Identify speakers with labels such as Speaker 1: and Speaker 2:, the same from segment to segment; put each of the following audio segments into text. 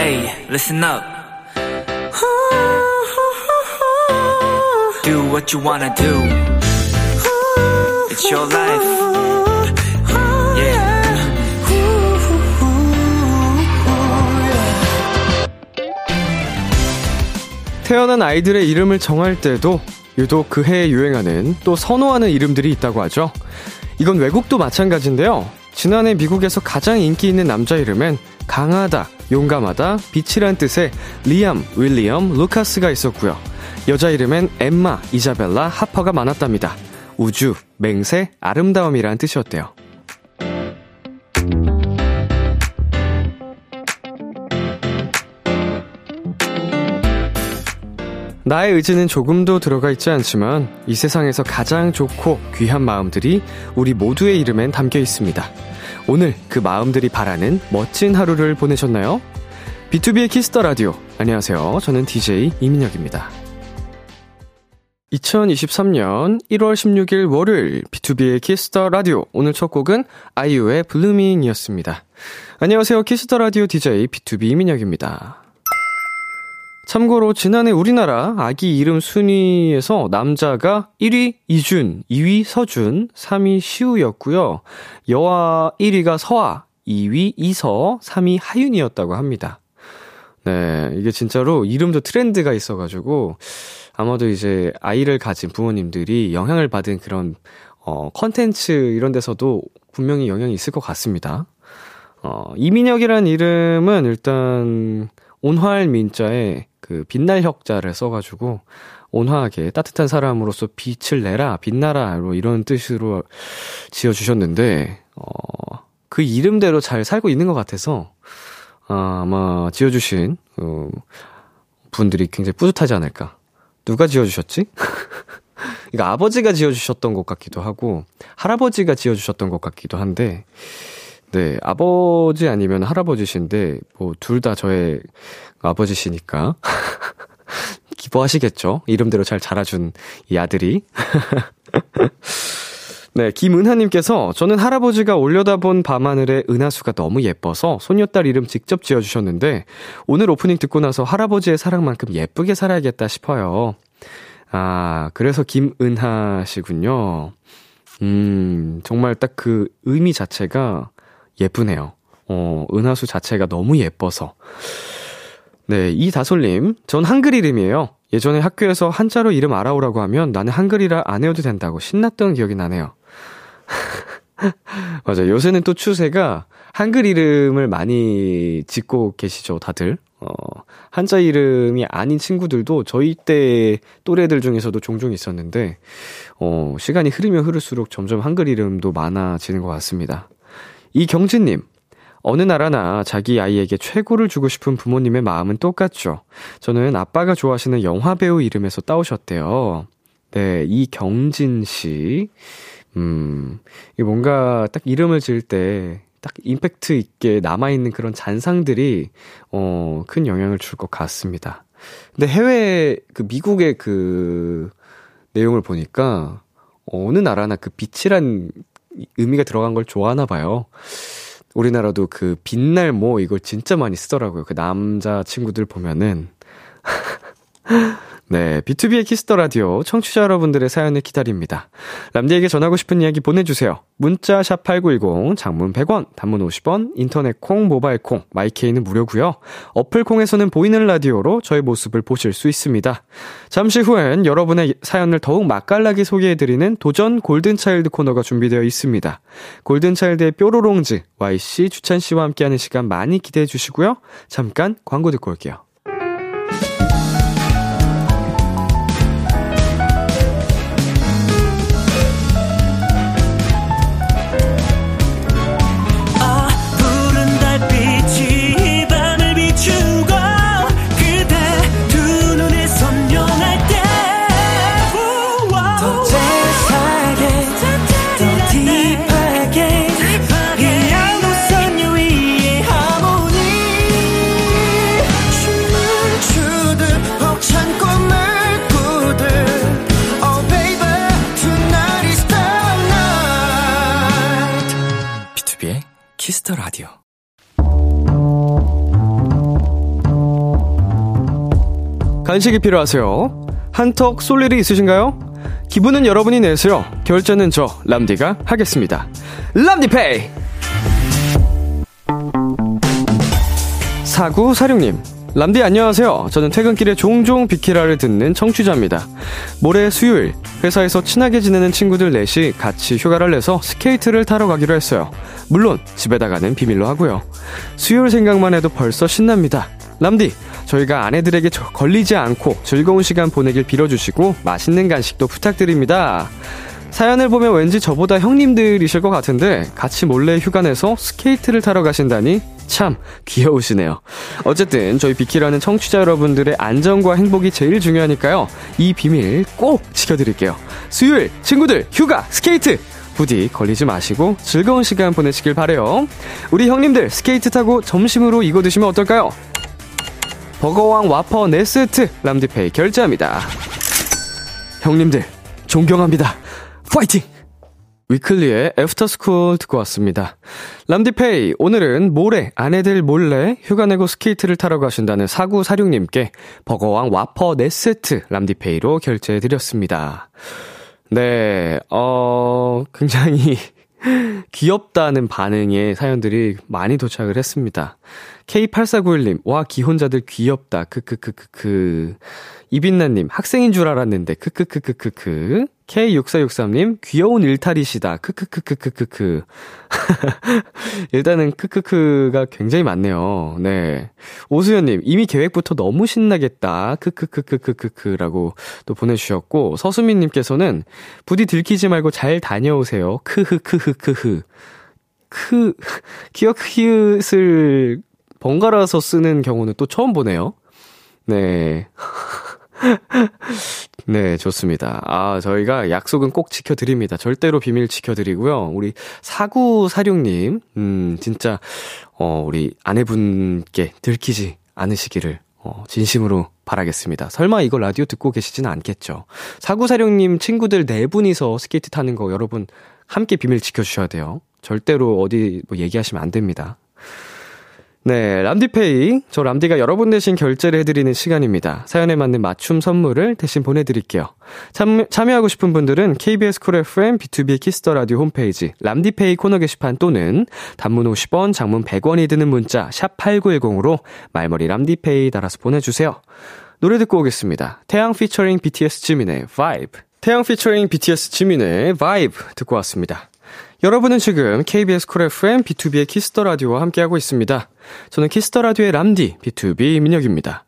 Speaker 1: Hey, listen up. Do what you wanna do. It's your life.
Speaker 2: 태어난 아이들의 이름을 정할 때도 유독 그 해에 유행하는 또 선호하는 이름들이 있다고 하죠. 이건 외국도 마찬가지인데요. 지난해 미국에서 가장 인기 있는 남자 이름엔 강하다, 용감하다, 빛이란 뜻의 리암, 윌리엄, 루카스가 있었고요. 여자 이름엔 엠마, 이자벨라, 하퍼가 많았답니다. 우주, 맹세, 아름다움이란 뜻이었대요. 나의 의지는 조금도 들어가 있지 않지만 이 세상에서 가장 좋고 귀한 마음들이 우리 모두의 이름엔 담겨 있습니다. 오늘 그 마음들이 바라는 멋진 하루를 보내셨나요? B2B의 키스터 라디오. 안녕하세요. 저는 DJ 이민혁입니다. 2023년 1월 16일 월요일 B2B의 키스터 라디오. 오늘 첫 곡은 아이유의 블루밍이었습니다. 안녕하세요. 키스터 라디오 DJ B2B 이민혁입니다. 참고로 지난해 우리나라 아기 이름 순위에서 남자가 1위 이준, 2위 서준, 3위 시우였고요. 여아 1위가 서아, 2위 이서, 3위 하윤이었다고 합니다. 네, 이게 진짜로 이름도 트렌드가 있어가지고 아마도 이제 아이를 가진 부모님들이 영향을 받은 그런 어 컨텐츠 이런 데서도 분명히 영향이 있을 것 같습니다. 어 이민혁이란 이름은 일단 온화할 민자에 그 빛날 혁자를 써가지고 온화하게 따뜻한 사람으로서 빛을 내라 빛나라로 뭐 이런 뜻으로 지어 주셨는데 어그 이름대로 잘 살고 있는 것 같아서 아마 지어주신 어, 분들이 굉장히 뿌듯하지 않을까 누가 지어주셨지? 그러니까 아버지가 지어주셨던 것 같기도 하고 할아버지가 지어주셨던 것 같기도 한데 네, 아버지 아니면 할아버지신데, 뭐, 둘 다 저의 그 아버지시니까. 기뻐하시겠죠? 이름대로 잘 자라준 이 아들이. 네, 김은하님께서 저는 할아버지가 올려다본 밤하늘의 은하수가 너무 예뻐서 소녀딸 이름 직접 지어주셨는데, 오늘 오프닝 듣고 나서 할아버지의 사랑만큼 예쁘게 살아야겠다 싶어요. 아, 그래서 김은하 씨군요. 음, 정말 딱 그 의미 자체가 예쁘네요. 어, 은하수 자체가 너무 예뻐서. 네, 이다솔님. 전 한글 이름이에요. 예전에 학교에서 한자로 이름 알아오라고 하면 나는 한글이라 안 해도 된다고 신났던 기억이 나네요. 맞아. 요새는 또 추세가 한글 이름을 많이 짓고 계시죠, 다들. 어, 한자 이름이 아닌 친구들도 저희 때 또래들 중에서도 종종 있었는데, 어, 시간이 흐르면 흐를수록 점점 한글 이름도 많아지는 것 같습니다. 이경진님. 어느 나라나 자기 아이에게 최고를 주고 싶은 부모님의 마음은 똑같죠. 저는 아빠가 좋아하시는 영화배우 이름에서 따오셨대요. 네, 이경진 씨. 음, 이 뭔가 딱 이름을 지을 때, 딱 임팩트 있게 남아있는 그런 잔상들이, 어, 큰 영향을 줄 것 같습니다. 근데 해외, 그 미국의 그 내용을 보니까, 어느 나라나 그 빛이란 의미가 들어간 걸 좋아하나 봐요. 우리나라도 그 빛날 뭐 이걸 진짜 많이 쓰더라고요. 그 남자 친구들 보면은. 네. B2B의 키스터 라디오 청취자 여러분들의 사연을 기다립니다. 람디에게 전하고 싶은 이야기 보내주세요. 문자 샵8910, 장문 100원, 단문 50원, 인터넷 콩, 모바일 콩, 마이케이는 무료고요 어플 콩에서는 보이는 라디오로 저의 모습을 보실 수 있습니다. 잠시 후엔 여러분의 사연을 더욱 맛깔나게 소개해드리는 도전 골든차일드 코너가 준비되어 있습니다. 골든차일드의 뾰로롱즈, YC, 주찬씨와 함께하는 시간 많이 기대해 주시고요. 잠깐 광고 듣고 올게요.
Speaker 3: Oh,
Speaker 2: 키스터 라디오. 간식이 필요하세요? 한턱 쏠 일이 있으신가요? 기분은 여러분이 내세요. 결제는 저 람디가 하겠습니다. 람디페이. 4946님. 람디 안녕하세요. 저는 퇴근길에 종종 비키라를 듣는 청취자입니다. 모레 수요일 회사에서 친하게 지내는 친구들 넷이 같이 휴가를 내서 스케이트를 타러 가기로 했어요. 물론 집에다가는 비밀로 하고요. 수요일 생각만 해도 벌써 신납니다. 람디, 저희가 아내들에게 저- 걸리지 않고 즐거운 시간 보내길 빌어주시고 맛있는 간식도 부탁드립니다. 사연을 보면 왠지 저보다 형님들이실 것 같은데 같이 몰래 휴가 내서 스케이트를 타러 가신다니 참 귀여우시네요. 어쨌든 저희 비키라는 청취자 여러분들의 안전과 행복이 제일 중요하니까요. 이 비밀 꼭 지켜드릴게요. 수요일 친구들 휴가 스케이트 부디 걸리지 마시고 즐거운 시간 보내시길 바래요. 우리 형님들 스케이트 타고 점심으로 이거 드시면 어떨까요? 버거왕 와퍼 네스트 람디페이 결제합니다. 형님들 존경합니다. 파이팅! 위클리의 애프터스쿨 듣고 왔습니다. 람디페이 오늘은 모레 아내들 몰래 휴가 내고 스케이트를 타러 가신다는 사구 사륙님께 버거왕 와퍼 네스트 람디페이로 결제해 드렸습니다. 네, 어 굉장히 귀엽다는 반응의 사연들이 많이 도착을 했습니다. K8491님, 와, 기혼자들 귀엽다. 크크크크크. 이빈나님, 학생인 줄 알았는데. 크크크크크크. K6463님, 귀여운 일탈이시다. 크크크크크크크. 일단은 크크크가 굉장히 많네요. 네. 오수연님, 이미 계획부터 너무 신나겠다. 크크크크크크크라고 또 보내주셨고, 서수민님께서는 부디 들키지 말고 잘 다녀오세요. 크흐크흐크흐. 크, 키어 키읔을 번갈아서 쓰는 경우는 또 처음 보네요. 네. 네, 좋습니다. 아, 저희가 약속은 꼭 지켜드립니다. 절대로 비밀 지켜드리고요. 우리 4946님, 음, 진짜, 어, 우리 아내분께 들키지 않으시기를, 어, 진심으로 바라겠습니다. 설마 이거 라디오 듣고 계시진 않겠죠. 4946님 친구들 네 분이서 스케이트 타는 거 여러분 함께 비밀 지켜주셔야 돼요. 절대로 어디 뭐 얘기하시면 안 됩니다. 네, 람디페이. 저 람디가 여러분 대신 결제를 해드리는 시간입니다. 사연에 맞는 맞춤 선물을 대신 보내드릴게요. 참, 참여하고 싶은 분들은 KBS 쿨 FM B2B 키스터 라디오 홈페이지 람디페이 코너 게시판 또는 단문 50원, 장문 100원이 드는 문자 샵 8910으로 말머리 람디페이 달아서 보내주세요. 노래 듣고 오겠습니다. 태양 피처링 BTS 지민의 Vibe. 태양 피처링 BTS 지민의 Vibe 듣고 왔습니다. 여러분은 지금 KBS 쿨 FM B2B의 키스터 라디오와 함께하고 있습니다. 저는 키스터 라디오의 람디 B2B 민혁입니다.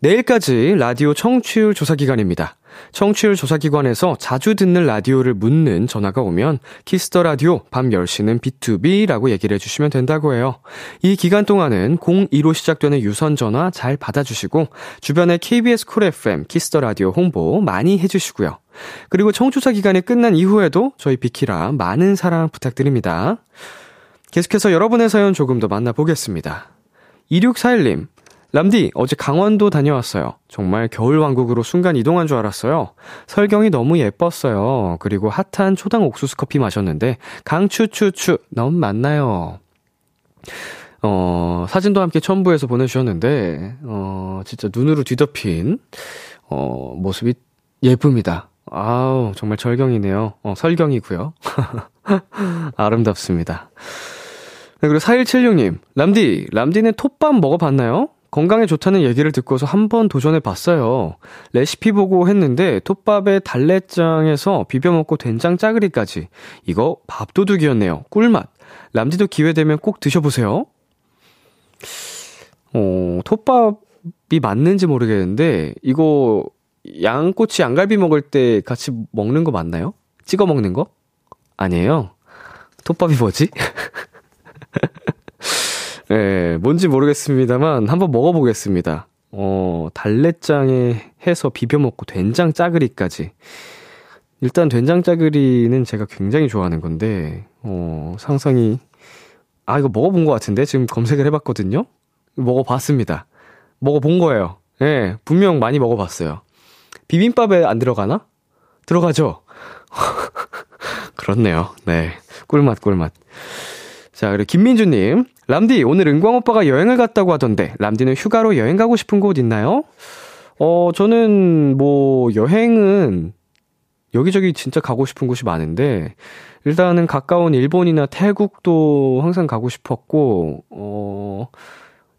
Speaker 2: 내일까지 라디오 청취율 조사 기간입니다. 청취율 조사 기관에서 자주 듣는 라디오를 묻는 전화가 오면 키스터 라디오 밤 10시는 B2B라고 얘기를 해주시면 된다고 해요. 이 기간 동안은 02로 시작되는 유선 전화 잘 받아주시고 주변에 KBS 쿨 FM 키스터 라디오 홍보 많이 해주시고요. 그리고 청취사 기간이 끝난 이후에도 저희 비키라 많은 사랑 부탁드립니다. 계속해서 여러분의 사연 조금 더 만나보겠습니다. 2641님, 람디, 어제 강원도 다녀왔어요. 정말 겨울왕국으로 순간 이동한 줄 알았어요. 설경이 너무 예뻤어요. 그리고 핫한 초당 옥수수 커피 마셨는데, 강추추추, 너무 많나요? 어, 사진도 함께 첨부해서 보내주셨는데, 어, 진짜 눈으로 뒤덮인, 어, 모습이 예쁩니다. 아우, 정말 절경이네요. 어, 설경이고요 아름답습니다. 네, 그리고 4176님, 람디, 람디는 톱밥 먹어봤나요? 건강에 좋다는 얘기를 듣고서 한번 도전해봤어요. 레시피 보고 했는데 톱밥에 달래장에서 비벼먹고 된장 짜글이까지. 이거 밥도둑이었네요. 꿀맛. 람디도 기회되면 꼭 드셔보세요. 어, 톱밥이 맞는지 모르겠는데, 이거 양꼬치 양갈비 먹을 때 같이 먹는 거 맞나요? 찍어 먹는 거? 아니에요. 톱밥이 뭐지? 예, 뭔지 모르겠습니다만 한번 먹어보겠습니다. 어, 달래장에 해서 비벼 먹고 된장 짜글이까지. 일단 된장 짜글이는 제가 굉장히 좋아하는 건데, 어, 상상이 아 이거 먹어본 것 같은데 지금 검색을 해봤거든요. 먹어봤습니다. 먹어본 거예요. 예, 분명 많이 먹어봤어요. 비빔밥에 안 들어가나? 들어가죠. 그렇네요. 네, 꿀맛 꿀맛. 자, 그리고 김민주님. 람디, 오늘 은광 오빠가 여행을 갔다고 하던데, 람디는 휴가로 여행 가고 싶은 곳 있나요? 어, 저는 뭐 여행은 여기저기 진짜 가고 싶은 곳이 많은데 일단은 가까운 일본이나 태국도 항상 가고 싶었고 어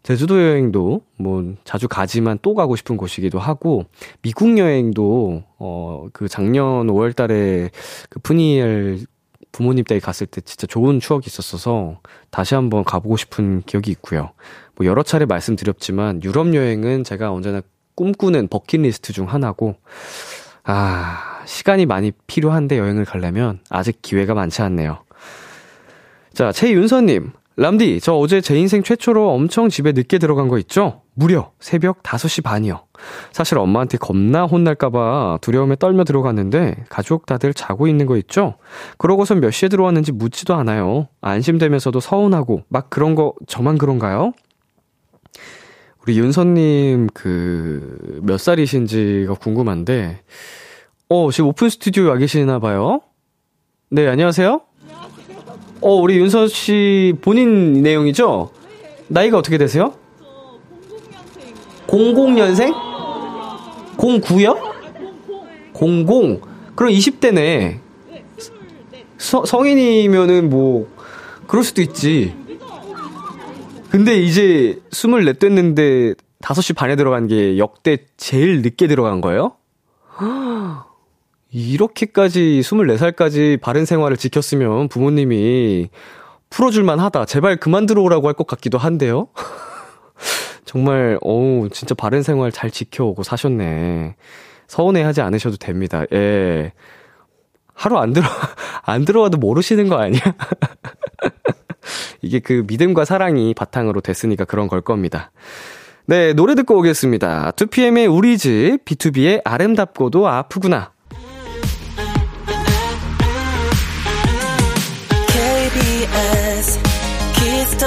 Speaker 2: 제주도 여행도 뭐 자주 가지만 또 가고 싶은 곳이기도 하고 미국 여행도 어그 작년 5월 달에 그 푸니엘 부모님 댁에 갔을 때 진짜 좋은 추억이 있었어서 다시 한번 가보고 싶은 기억이 있고요. 뭐 여러 차례 말씀드렸지만 유럽 여행은 제가 언제나 꿈꾸는 버킷리스트 중 하나고 아, 시간이 많이 필요한데 여행을 가려면 아직 기회가 많지 않네요. 자, 최윤서님. 람디, 저 어제 제 인생 최초로 엄청 집에 늦게 들어간 거 있죠? 무려 새벽 5시 반이요. 사실 엄마한테 겁나 혼날까봐 두려움에 떨며 들어갔는데 가족 다들 자고 있는 거 있죠? 그러고선 몇 시에 들어왔는지 묻지도 않아요. 안심되면서도 서운하고 막 그런 거 저만 그런가요? 우리 윤선님 그 몇 살이신지가 궁금한데, 어 지금 오픈 스튜디오에 와 계시나 봐요. 네 안녕하세요. 어 우리 윤선 씨 본인 내용이죠? 나이가 어떻게 되세요? 00년생? 09요? 00. 그럼 20대네. 서, 성인이면은 뭐 그럴 수도 있지. 근데 이제 24 됐는데 5시 반에 들어간 게 역대 제일 늦게 들어간 거예요? 이렇게까지 24살까지 바른 생활을 지켰으면 부모님이 풀어줄만 하다. 제발 그만 들어오라고 할 것 같기도 한데요. 정말 어우 진짜 바른 생활 잘 지켜오고 사셨네. 서운해하지 않으셔도 됩니다. 예. 하루 안 들어 안 들어와도 모르시는 거 아니야? 이게 그 믿음과 사랑이 바탕으로 됐으니까 그런 걸 겁니다. 네, 노래 듣고 오겠습니다. 2PM의 우리 집, B2B의 아름답고도 아프구나.
Speaker 3: KBS 키스터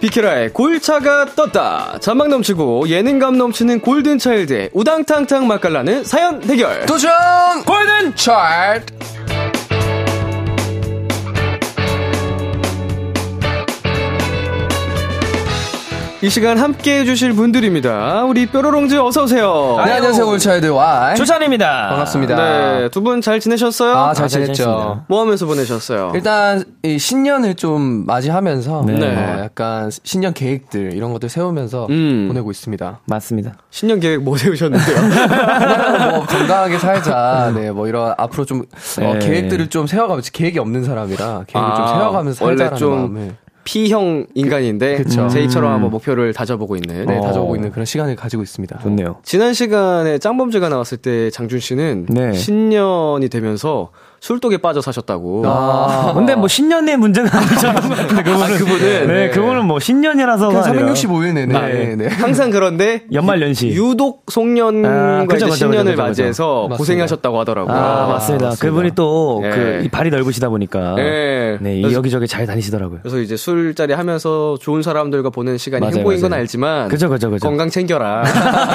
Speaker 2: 비키라의 골차가 떴다. 잔망 넘치고 예능감 넘치는 골든차일드의 우당탕탕 맛깔나는 사연 대결.
Speaker 4: 도전 골든 차트
Speaker 2: 이 시간 함께 해주실 분들입니다. 우리 뾰로롱즈 어서오세요.
Speaker 4: 네 안녕하세요 골차이드 와이
Speaker 5: 조찬입니다.
Speaker 4: 반갑습니다
Speaker 2: 네, 두 분 잘 지내셨어요?
Speaker 4: 아 잘
Speaker 5: 아, 잘
Speaker 4: 지냈죠
Speaker 5: 지냈습니다.
Speaker 2: 뭐 하면서 보내셨어요?
Speaker 4: 일단 이 신년을 좀 맞이하면서
Speaker 5: 네.
Speaker 4: 어, 약간 신년 계획들 이런 것들 세우면서
Speaker 2: 음.
Speaker 4: 보내고 있습니다
Speaker 5: 맞습니다.
Speaker 2: 신년 계획 뭐 세우셨는데요?
Speaker 4: 뭐 건강하게 살자 네뭐 이런 앞으로 좀 어,
Speaker 5: 네.
Speaker 4: 계획들을 좀 세워가면서 계획이 없는 사람이라 계획을
Speaker 2: 아,
Speaker 4: 좀 세워가면서
Speaker 2: 원래
Speaker 4: 살자라는
Speaker 2: 좀
Speaker 4: 마음에 음.
Speaker 2: P형 인간인데 제이처럼 한번 목표를 다져보고 있는.
Speaker 4: 네,
Speaker 5: 어.
Speaker 4: 다져오고 있는 그런 시간을 가지고 있습니다
Speaker 5: 좋네요.
Speaker 2: 지난 시간에 짱범죄가 나왔을 때 장준 씨는
Speaker 5: 네.
Speaker 2: 신년이 되면서 술독에 빠져 사셨다고.
Speaker 5: 아, 근데 뭐 신년의 문제는 아니잖아요. 근데 그분은,
Speaker 2: 그분은,
Speaker 5: 네,
Speaker 2: 네.
Speaker 5: 그분은 뭐 신년이라서
Speaker 4: 그냥 365일 내내
Speaker 2: 아,
Speaker 4: 네. 네.
Speaker 2: 항상 그런데
Speaker 5: 연말 연시.
Speaker 2: 유독
Speaker 5: 아,
Speaker 2: 송년과
Speaker 5: 그죠,
Speaker 2: 이제
Speaker 5: 그죠,
Speaker 2: 신년을
Speaker 5: 그죠, 그죠.
Speaker 2: 맞이해서
Speaker 4: 맞습니다.
Speaker 2: 고생하셨다고 하더라고요.
Speaker 5: 아, 맞습니다. 그분이 또,
Speaker 2: 예.
Speaker 5: 그, 이 발이 넓으시다 보니까.
Speaker 2: 예.
Speaker 5: 네, 이
Speaker 2: 그래서-
Speaker 5: 여기저기 잘 다니시더라고요.
Speaker 2: 그래서 이제 술자리 하면서 좋은 사람들과 보낸 시간이
Speaker 5: 맞아요,
Speaker 2: 행복인 건
Speaker 5: 맞아요.
Speaker 2: 알지만
Speaker 5: 그죠, 그죠, 그죠.
Speaker 2: 건강 챙겨라.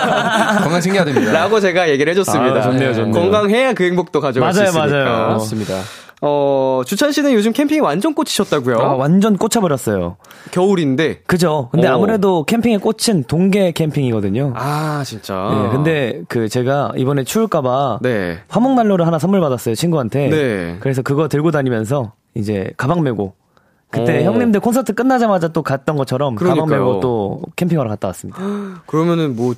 Speaker 4: 건강 챙겨야 됩니다
Speaker 2: 라고 제가 얘기를 해줬습니다.
Speaker 5: 아, 좋네요, 좋네요.
Speaker 2: 건강해야 그 행복도 가져갈
Speaker 5: 맞아요,
Speaker 2: 수 있으니까.
Speaker 5: 맞아요.
Speaker 4: 맞습니다
Speaker 2: 어, 주찬 씨는 요즘 캠핑이 완전 꽂히셨다고요?
Speaker 5: 아, 완전 꽂혀버렸어요.
Speaker 2: 겨울인데.
Speaker 5: 그죠. 근데
Speaker 2: 어.
Speaker 5: 아무래도 캠핑의 꽃은 동계 캠핑이거든요.
Speaker 2: 아, 진짜.
Speaker 5: 네, 근데 그 제가 이번에 추울까봐.
Speaker 2: 네.
Speaker 5: 화목 난로를 하나 선물 받았어요, 친구한테.
Speaker 2: 네.
Speaker 5: 그래서 그거 들고 다니면서 이제 가방 메고. 그때
Speaker 2: 어.
Speaker 5: 형님들 콘서트 끝나자마자 또 갔던 것처럼 가방
Speaker 2: 그러니까요. 아,
Speaker 5: 메고 또 캠핑하러 갔다 왔습니다.
Speaker 2: 그러면은 뭐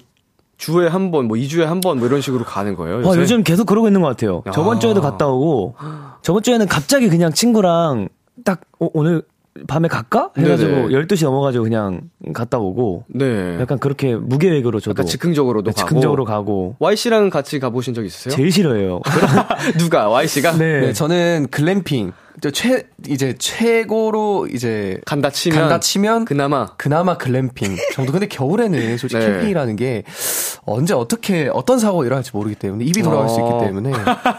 Speaker 2: 주에 한 번, 뭐 2주에 한 번 뭐 이런 식으로 가는 거예요?
Speaker 5: 와,
Speaker 2: 요새?
Speaker 5: 아, 요즘 계속 그러고 있는 것 같아요. 저번 주에도 갔다 오고, 저번 주에는 갑자기 그냥 친구랑 딱, 어, 오늘 밤에 갈까?
Speaker 2: 네네.
Speaker 5: 해가지고 12시 넘어가지고 그냥 갔다 오고,
Speaker 2: 네.
Speaker 5: 약간 그렇게 무계획으로 저도.
Speaker 2: 약간 즉흥적으로도
Speaker 5: 네, 즉흥적으로 가고.
Speaker 2: Y 씨랑 같이 가보신 적 있으세요? 아,
Speaker 5: 제일 싫어요.
Speaker 2: 누가 Y 씨가?
Speaker 5: 네.
Speaker 4: 네, 저는 글램핑 저최 이제 최고로 이제
Speaker 2: 간다 치면
Speaker 4: 간다 치면
Speaker 2: 그나마
Speaker 4: 그나마 글램핑 정도. 근데 겨울에는 솔직히
Speaker 2: 네.
Speaker 4: 캠핑이라는 게 언제 어떻게 어떤 사고가 일어날지 모르기 때문에 입이 돌아갈 수
Speaker 2: 어.
Speaker 4: 있기 때문에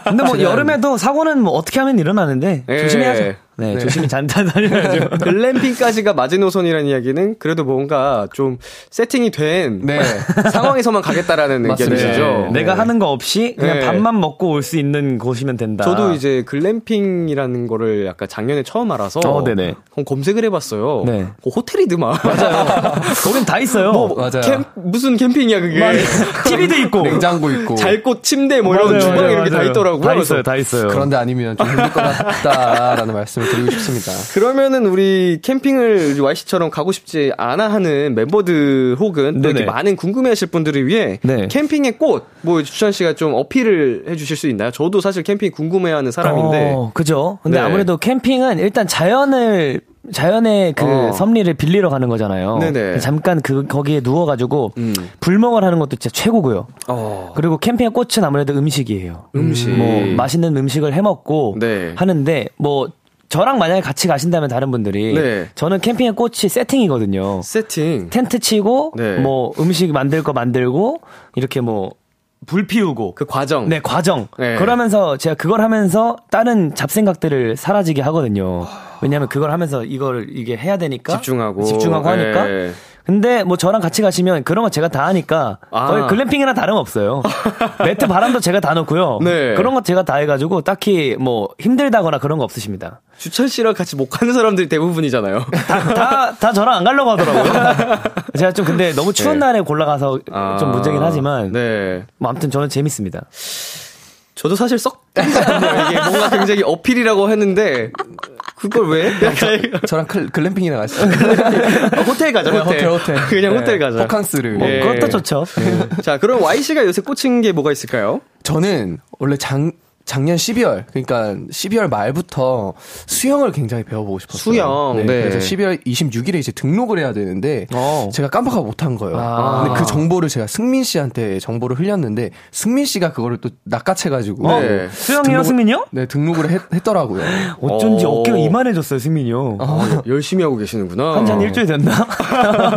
Speaker 5: 근데 뭐
Speaker 4: 지난-
Speaker 5: 여름에도 사고는 뭐 어떻게 하면 일어나는데
Speaker 2: 예. 네.
Speaker 5: 조심해야죠. 네,
Speaker 4: 네.
Speaker 5: 조심히 잔다 다녀야죠.
Speaker 2: 글램핑까지가 마지노선이라는 이야기는 그래도 뭔가 좀 세팅이 된
Speaker 4: 네.
Speaker 2: 상황에서만 가겠다라는
Speaker 4: 맞습니다.
Speaker 2: 의견이시죠?
Speaker 4: 네.
Speaker 5: 내가 하는 거 없이 그냥
Speaker 2: 네.
Speaker 5: 밥만 먹고 올 수 있는 곳이면 된다.
Speaker 2: 저도 이제 글램핑이라는 거를 약간 작년에 처음 알아서
Speaker 5: 어, 네네.
Speaker 2: 그럼 검색을 해봤어요.
Speaker 5: 네.
Speaker 2: 어, 호텔이더만. 맞아요.
Speaker 5: 거긴 다 있어요.
Speaker 2: 뭐,
Speaker 4: 맞아요.
Speaker 2: 무슨 캠핑이야 그게.
Speaker 5: TV도 있고.
Speaker 4: 냉장고 있고
Speaker 2: 어, 잘 곳 침대 뭐 예. 이런
Speaker 5: 맞아요,
Speaker 2: 주방
Speaker 5: 맞아요,
Speaker 2: 이렇게 다
Speaker 5: 맞아요.
Speaker 2: 있더라고요.
Speaker 5: 다
Speaker 2: 그래서
Speaker 5: 있어요, 다 있어요.
Speaker 4: 그런데 아니면 좀 힘들 것 같다라는 말씀을 드리고 싶습니다.
Speaker 2: 그러면은 우리 캠핑을 YC처럼 가고 싶지 않아 하는 멤버들 혹은 또
Speaker 5: 네네.
Speaker 2: 이렇게 많은 궁금해하실 분들을 위해
Speaker 5: 네.
Speaker 2: 캠핑의 꽃 뭐 주찬 씨가 좀 어필을 해주실 수 있나요? 저도 사실 캠핑 궁금해하는 사람인데
Speaker 5: 어, 그죠. 근데
Speaker 2: 네.
Speaker 5: 아무래도 캠핑은 일단 자연을 자연의 그
Speaker 2: 어.
Speaker 5: 섬리를 빌리러 가는 거잖아요.
Speaker 2: 네네.
Speaker 5: 잠깐 그 거기에 누워가지고
Speaker 2: 음.
Speaker 5: 불멍을 하는 것도 진짜 최고고요.
Speaker 2: 어,
Speaker 5: 그리고 캠핑의 꽃은 아무래도 음식이에요.
Speaker 2: 음식.
Speaker 5: 뭐 맛있는 음식을 해 먹고
Speaker 2: 네.
Speaker 5: 하는데 뭐 저랑 만약에 같이 가신다면 다른 분들이
Speaker 2: 네.
Speaker 5: 저는 캠핑의 꽃이 세팅이거든요.
Speaker 2: 세팅
Speaker 5: 텐트 치고
Speaker 2: 네.
Speaker 5: 뭐 음식 만들 거 만들고 이렇게 뭐 불 피우고
Speaker 2: 그 과정
Speaker 5: 네, 과정.
Speaker 2: 네.
Speaker 5: 그러면서 제가 그걸 하면서 다른 잡생각들을 사라지게 하거든요. 왜냐면 그걸 하면서 이걸 이게 해야 되니까
Speaker 2: 집중하고.
Speaker 5: 집중하고 하니까.
Speaker 2: 네.
Speaker 5: 근데 뭐 저랑 같이 가시면 그런 거 제가 다 하니까
Speaker 2: 아.
Speaker 5: 거의 글램핑이나 다름없어요. 매트 바람도 제가 다 넣고요.
Speaker 2: 네.
Speaker 5: 그런 거 제가 다 해가지고 딱히 뭐 힘들다거나 그런 거 없으십니다.
Speaker 2: 주찬 씨랑 같이 못 가는 사람들이 대부분이잖아요.
Speaker 5: 다, 다, 다 저랑 안 가려고 하더라고요. 제가 좀 근데 너무
Speaker 2: 네.
Speaker 5: 추운 날에 골라가서
Speaker 2: 아,
Speaker 5: 좀 문제긴 하지만
Speaker 2: 네.
Speaker 5: 뭐 아무튼 저는 재밌습니다.
Speaker 2: 저도 사실 썩 땡기지 않네요. 이게 뭔가 굉장히 어필이라고 했는데 그걸 왜? 네. 약간
Speaker 4: 저랑 클- 글램핑이나 가시죠.
Speaker 2: 아, 어, 호텔 가자.
Speaker 4: 네,
Speaker 2: 호텔.
Speaker 4: 호텔, 호텔.
Speaker 2: 그냥
Speaker 4: 네,
Speaker 2: 호텔 가자.
Speaker 4: 호캉스를.
Speaker 5: 뭐
Speaker 2: 예.
Speaker 5: 그것도 좋죠.
Speaker 2: 자, 그럼 Y 씨가 요새 꽂힌 게 뭐가 있을까요?
Speaker 4: 저는 원래 장 작년 12월 그러니까 12월 말부터 수영을 굉장히 배워보고 싶었어요.
Speaker 2: 수영, 네.
Speaker 4: 그래서 12월 26일에 이제 등록을 해야 되는데
Speaker 5: 어.
Speaker 4: 제가 깜빡하고 못한 거예요.
Speaker 5: 아.
Speaker 4: 근데 그 정보를 제가 승민 씨한테 정보를 흘렸는데 승민 씨가 그거를 또 낚아채가지고
Speaker 2: 어?
Speaker 4: 네.
Speaker 5: 수영이요, 승민이요?
Speaker 4: 네 등록을 했, 했더라고요.
Speaker 5: 어쩐지
Speaker 2: 어.
Speaker 5: 어깨가 이만해졌어요, 승민이요.
Speaker 2: 네. 열심히 하고 계시는구나.
Speaker 5: 한지 한 아, 일주일 됐나?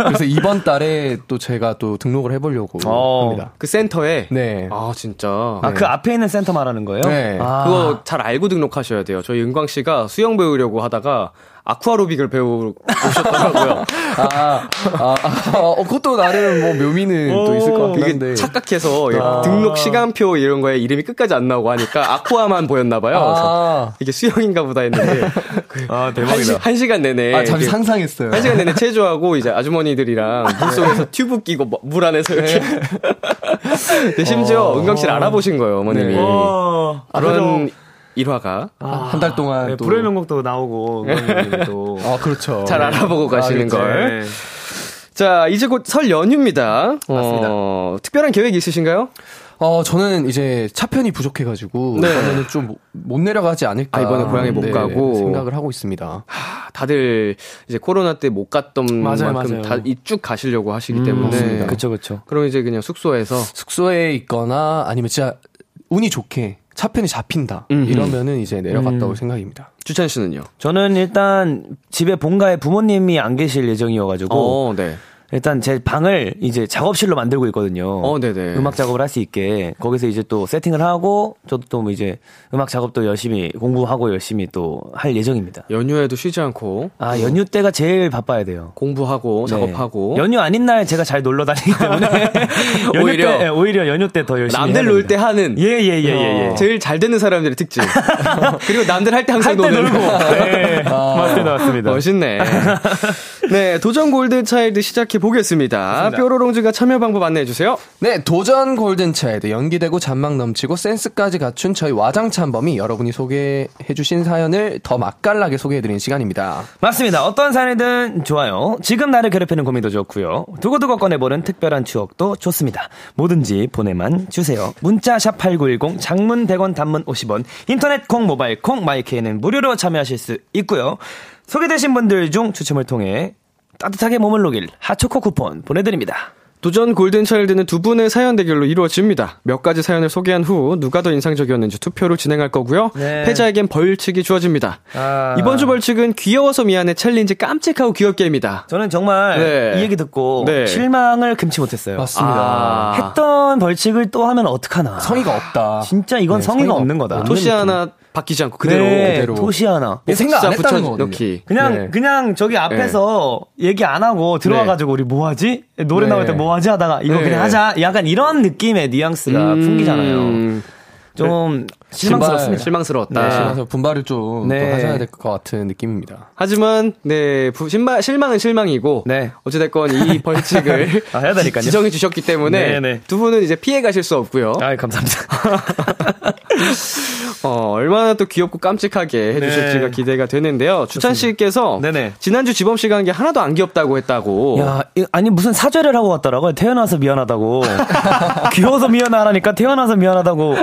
Speaker 4: 그래서 이번 달에 또 제가 또 등록을 해보려고
Speaker 5: 어.
Speaker 4: 합니다.
Speaker 2: 그 센터에.
Speaker 4: 네.
Speaker 2: 아, 진짜.
Speaker 5: 아, 그 앞에 있는 센터 말하는 거예요?
Speaker 4: 네.
Speaker 5: 아,
Speaker 2: 그거 잘 알고 등록하셔야 돼요. 저희 은광 씨가 수영 배우려고 하다가 아쿠아로빅을 배우고 오셨더라고요.
Speaker 4: 아, 아, 아, 어, 그것도 나름 뭐 묘미는 또 있을 것 같긴 한데.
Speaker 2: 이게 착각해서 등록 시간표 이런 거에 이름이 끝까지 안 나오고 하니까 아쿠아만 보였나봐요.
Speaker 4: 아.
Speaker 2: 이게 수영인가 보다 했는데. 그
Speaker 5: 아,
Speaker 2: 한, 시,
Speaker 5: 대박이다.
Speaker 2: 한 시간 내내.
Speaker 4: 아, 잠시
Speaker 2: 예, 이게
Speaker 4: 상상했어요.
Speaker 2: 한 시간 내내 체조하고 이제 아주머니들이랑 물속에서 튜브 끼고 뭐- 물 안에서 이렇게. 근데 심지어 은광 씨를 알아보신 거예요, 어머님이.
Speaker 5: 어,
Speaker 2: 그런 일화가
Speaker 4: 아, 한 달 동안
Speaker 5: 네,
Speaker 4: 또.
Speaker 5: 불의 명곡도 나오고, 그런 얘기도 또. 네.
Speaker 4: 아, 그렇죠.
Speaker 2: 잘 네. 알아보고 가시는
Speaker 4: 그치.
Speaker 2: 걸. 자, 이제 곧 설 연휴입니다. 어, 특별한 계획 있으신가요?
Speaker 4: 어, 저는 이제 차편이 부족해가지고.
Speaker 2: 네.
Speaker 4: 이번에는 좀 못 내려가지 않을까. 네,
Speaker 2: 아, 이번에 고향에 못 가고.
Speaker 4: 생각을 하고 있습니다.
Speaker 2: 아, 다들 이제 코로나 때 못 갔던
Speaker 5: 맞아요,
Speaker 2: 만큼
Speaker 5: 맞아요.
Speaker 2: 다쭉 가시려고 하시기 때문에
Speaker 4: 맞습니다.
Speaker 5: 그쵸, 그쵸.
Speaker 2: 그럼 이제 그냥 숙소에서
Speaker 4: 숙소에 있거나 아니면 진짜 운이 좋게 차편이 잡힌다. 이러면은 이제 내려갔다
Speaker 5: 음.
Speaker 4: 올 생각입니다.
Speaker 2: 주찬 씨는요?
Speaker 5: 저는 일단 집에 본가에 부모님이 안 계실 예정이어가지고,
Speaker 2: 어, 네.
Speaker 5: 일단 제 방을 이제 작업실로 만들고 있거든요.
Speaker 2: 어, 네네.
Speaker 5: 음악 작업을 할 수 있게 거기서 이제 또 세팅을 하고 저도 또뭐 이제 음악 작업도 열심히 공부하고 열심히 또 할 예정입니다.
Speaker 2: 연휴에도 쉬지 않고
Speaker 5: 아 연휴 때가 제일 바빠야 돼요.
Speaker 2: 공부하고
Speaker 5: 네.
Speaker 2: 작업하고
Speaker 5: 연휴 아닌 날 제가 잘 놀러 다니기 때문에 연휴
Speaker 2: 오히려.
Speaker 5: 때, 예, 오히려 연휴 때 더 열심히
Speaker 2: 남들 놀 때 하는
Speaker 5: 예예예예 예.
Speaker 2: 어. 제일 잘 되는 사람들의 특징. 그리고 남들 할 때 항상
Speaker 5: 할때
Speaker 2: 노는.
Speaker 5: 놀고 네. 맞습니다 맞습니다.
Speaker 2: 멋있네. 네, 도전 골든 차일드 시작해 보겠습니다. 뾰로롱즈가 참여 방법 안내해 주세요.
Speaker 4: 네, 도전 골든차일드 연기되고 잔망 넘치고 센스까지 갖춘 저희 와장찬범이 여러분이 소개해주신 사연을 더 맛깔나게 소개해드리는 시간입니다.
Speaker 5: 맞습니다. 어떤 사연이든 좋아요. 지금 나를 괴롭히는 고민도 좋고요. 두고두고 꺼내보는 특별한 추억도 좋습니다. 뭐든지 보내만 주세요. 문자 샵 8910 장문 100원 단문 50원 인터넷 콩 모바일 콩 마이케이는 무료로 참여하실 수 있고요. 소개되신 분들 중 추첨을 통해 따뜻하게 머물러길 하초코 쿠폰 보내드립니다.
Speaker 2: 도전 골든차일드는 두 분의 사연 대결로 이루어집니다. 몇 가지 사연을 소개한 후 누가 더 인상적이었는지 투표를 진행할 거고요.
Speaker 5: 네.
Speaker 2: 패자에겐 벌칙이 주어집니다.
Speaker 5: 아.
Speaker 2: 이번 주 벌칙은 귀여워서 미안해 챌린지 깜찍하고 귀엽게입니다.
Speaker 5: 저는 정말
Speaker 2: 네.
Speaker 5: 이 얘기 듣고
Speaker 2: 네.
Speaker 5: 실망을 금치 못했어요.
Speaker 2: 아,
Speaker 4: 맞습니다.
Speaker 5: 했던 벌칙을 또 하면 어떡하나.
Speaker 4: 성의가 아, 없다.
Speaker 5: 진짜 이건
Speaker 4: 네,
Speaker 5: 성의가
Speaker 4: 성의가
Speaker 5: 없는 거다.
Speaker 2: 토시 하나 바뀌지 않고 그대로
Speaker 5: 네,
Speaker 4: 그대로.
Speaker 5: 토시 하나.
Speaker 4: 예, 생각 안
Speaker 2: 복사
Speaker 4: 했다는
Speaker 2: 붙여
Speaker 4: 거거든요.
Speaker 2: 넣기.
Speaker 5: 그냥
Speaker 2: 네.
Speaker 5: 그냥 저기 앞에서 얘기 안 하고 들어와 가지고 우리 뭐 하지? 노래
Speaker 4: 네.
Speaker 5: 나올 때 뭐 하지 하다가 이거
Speaker 2: 네.
Speaker 5: 그냥 하자. 약간 이런 느낌의
Speaker 4: 음.
Speaker 5: 뉘앙스가 풍기잖아요.
Speaker 2: 음,
Speaker 5: 좀 실망스럽습니다.
Speaker 2: 실망스러웠다.
Speaker 4: 네, 그래서 분발을 좀
Speaker 5: 네.
Speaker 4: 더 하셔야 될 것 같은 느낌입니다.
Speaker 2: 하지만 네 부- 실망, 실망은 실망이고
Speaker 5: 네.
Speaker 2: 어찌됐건 이 벌칙을
Speaker 5: 아, 해야 되니까요.
Speaker 2: 지정해 주셨기 때문에
Speaker 5: 네, 네.
Speaker 2: 두 분은 이제 피해 가실 수 없고요.
Speaker 5: 아, 감사합니다.
Speaker 2: 어, 얼마나 또 귀엽고 깜찍하게 해주실지가
Speaker 5: 네.
Speaker 2: 기대가 되는데요. 주찬 씨께서
Speaker 5: 네네.
Speaker 2: 지난주 지범 씨가 한 게 하나도 안 귀엽다고 했다고.
Speaker 5: 야, 이- 아니 무슨 사죄를 하고 왔더라고요. 태어나서 미안하다고. 귀여워서 미안하라니까 태어나서 미안하다고.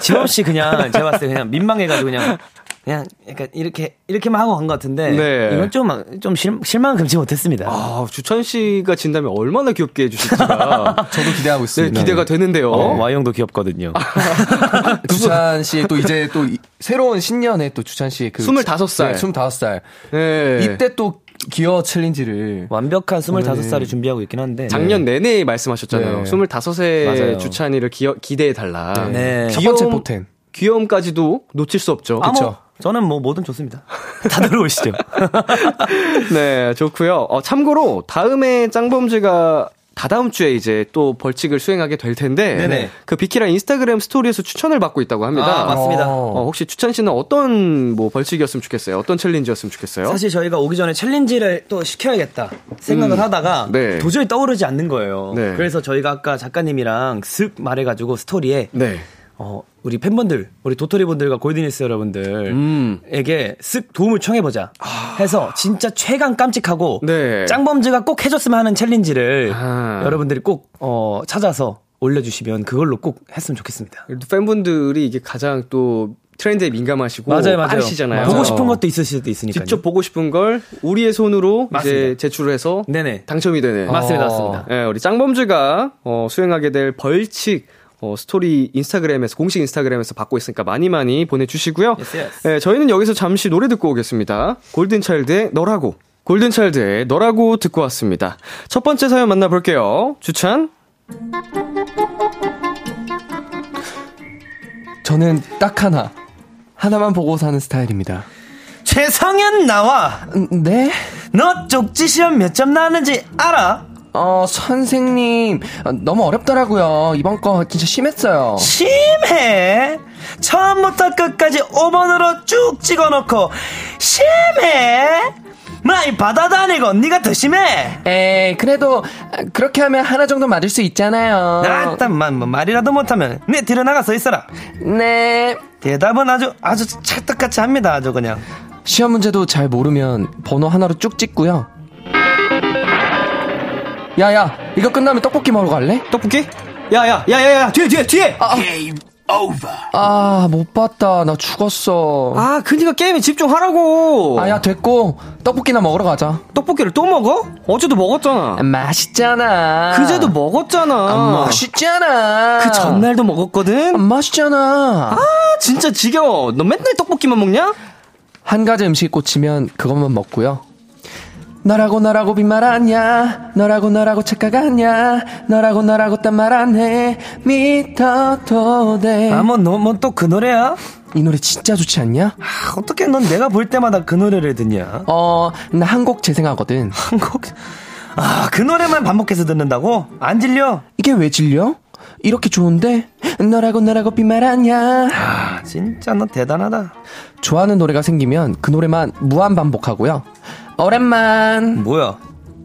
Speaker 5: 지범 씨 그냥 제가 봤을 때 그냥 민망해가지고 그냥 그냥 약간 이렇게 이렇게만 하고 간 것 같은데
Speaker 2: 네.
Speaker 5: 이건 좀좀 실망 금치 못했습니다.
Speaker 2: 아, 주찬 씨가 진다면 얼마나 귀엽게 해주실지가
Speaker 4: 저도 기대하고
Speaker 2: 네,
Speaker 4: 있습니다.
Speaker 2: 기대가 되는데요. 아,
Speaker 5: 어, 와이 형도 귀엽거든요.
Speaker 4: 주찬 씨의 또 이제 또 이- 새로운 신년에 또 주찬 씨의 그
Speaker 2: 25 살.
Speaker 4: 네, 25살.
Speaker 2: 네.
Speaker 4: 이때 또 기어 챌린지를
Speaker 5: 완벽한 25살을 준비하고 있긴 한데.
Speaker 2: 네.
Speaker 5: 네.
Speaker 2: 작년 내내 말씀하셨잖아요.
Speaker 4: 네.
Speaker 2: 25세
Speaker 5: 맞아요.
Speaker 2: 주찬이를 기여, 기대해달라.
Speaker 5: 네.
Speaker 4: 첫 번째 보텐.
Speaker 2: 귀여움까지도 놓칠 수 없죠.
Speaker 5: 아,
Speaker 2: 그쵸?
Speaker 5: 뭐, 저는 뭐 뭐든 좋습니다. 다들 오시죠.
Speaker 2: 네, 좋고요. 어, 참고로 다음에 짱범즈가 다다음 주에 이제 또 벌칙을 수행하게 될 텐데
Speaker 5: 네네.
Speaker 2: 그 비키라 인스타그램 스토리에서 추천을 받고 있다고 합니다.
Speaker 5: 아, 맞습니다.
Speaker 2: 어, 혹시 추찬 씨는 어떤 뭐 벌칙이었으면 좋겠어요? 어떤 챌린지였으면 좋겠어요?
Speaker 5: 사실 저희가 오기 전에 챌린지를 또 시켜야겠다 생각을 하다가
Speaker 2: 네.
Speaker 5: 도저히 떠오르지 않는 거예요.
Speaker 2: 네.
Speaker 5: 그래서 저희가 아까 작가님이랑 슥 말해가지고 스토리에
Speaker 2: 네.
Speaker 5: 어, 우리 팬분들, 우리 도토리분들과 골든리스 음. 여러분들에게 쓱 도움을 청해보자 해서 진짜 최강 깜찍하고
Speaker 2: 아. 네.
Speaker 5: 짱범즈가 꼭 해줬으면 하는 챌린지를
Speaker 2: 아.
Speaker 5: 여러분들이 꼭 어, 찾아서 올려주시면 그걸로 꼭 했으면 좋겠습니다.
Speaker 2: 그래도 팬분들이 이게 가장 또 트렌드에 민감하시고 빠르시잖아요. 어.
Speaker 5: 보고 싶은 것도 있을 수도 있으니까.
Speaker 2: 직접 보고 싶은 걸 우리의 손으로 이제
Speaker 5: 맞습니다.
Speaker 2: 제출을 해서
Speaker 5: 네네. 아.
Speaker 2: 당첨이 되는
Speaker 5: 맞습니다,
Speaker 2: 어.
Speaker 5: 맞습니다.
Speaker 2: 예, 우리 짱범즈가 어, 수행하게 될 벌칙 어, 스토리 인스타그램에서 공식 인스타그램에서 받고 있으니까 많이 많이 보내주시고요.
Speaker 5: Yes, yes.
Speaker 2: 예, 저희는 여기서 잠시 노래 듣고 오겠습니다. 골든차일드의 너라고 골든차일드의 너라고 듣고 왔습니다. 첫 번째 사연 만나볼게요. 주찬
Speaker 4: 저는 딱 하나. 하나만 보고 사는 스타일입니다.
Speaker 5: 최성현 나와!
Speaker 4: 음, 네?
Speaker 5: 너 쪽지 시험 몇 점 나왔는지 알아?
Speaker 4: 어, 선생님. 아, 너무 어렵더라고요. 이번 거 진짜 심했어요.
Speaker 5: 심해! 처음부터 끝까지 5번으로 쭉 찍어놓고 심해! 많이 받아다니고 네가 더 심해!
Speaker 4: 에, 그래도 아, 그렇게 하면 하나 정도 맞을 수
Speaker 2: 어.
Speaker 4: 있잖아요.
Speaker 5: 아따만 뭐 말이라도 못하면 네 뒤로 나가서 있어라
Speaker 4: 네.
Speaker 5: 대답은 아주 아주 찰떡같이 합니다 아주 그냥
Speaker 4: 시험 문제도 잘 모르면 번호 하나로 쭉 찍고요. 야야, 이거 끝나면 떡볶이 먹으러 갈래?
Speaker 2: 떡볶이? 야야야야야 뒤에 뒤에 뒤에! 아,
Speaker 4: 아, 못 봤다. 나 죽었어.
Speaker 2: 아 그니까 게임에 집중하라고.
Speaker 4: 아, 야, 됐고. 떡볶이나 먹으러 가자.
Speaker 2: 떡볶이를 또 먹어? 어제도 먹었잖아.
Speaker 4: 맛있잖아.
Speaker 2: 그제도 먹었잖아.
Speaker 4: 맛있잖아.
Speaker 2: 그 전날도 먹었거든?
Speaker 4: 맛있잖아.
Speaker 2: 아, 진짜 지겨워. 너 맨날 떡볶이만 먹냐?
Speaker 4: 한 가지 음식 꽂히면 그것만 먹고요. 너라고 너라고 빈말하냐 너라고 너라고 착각하냐 너라고 너라고 딴 말 안 해 믿어도 돼 이
Speaker 5: 아뭐너뭐또그 노래야?
Speaker 4: 노래 진짜 좋지 않냐?
Speaker 5: 아, 어떻게 넌 내가 볼 때마다 그 노래를 듣냐
Speaker 4: 어 나 한 곡 재생하거든
Speaker 5: 한국 아그 노래만 반복해서 듣는다고? 안 질려?
Speaker 4: 이게 왜 질려? 이렇게 좋은데 너라고 너라고 빈말하냐
Speaker 5: 아 진짜 너 대단하다
Speaker 4: 좋아하는 노래가 생기면 그 노래만 무한 반복하고요 오랜만
Speaker 5: 뭐야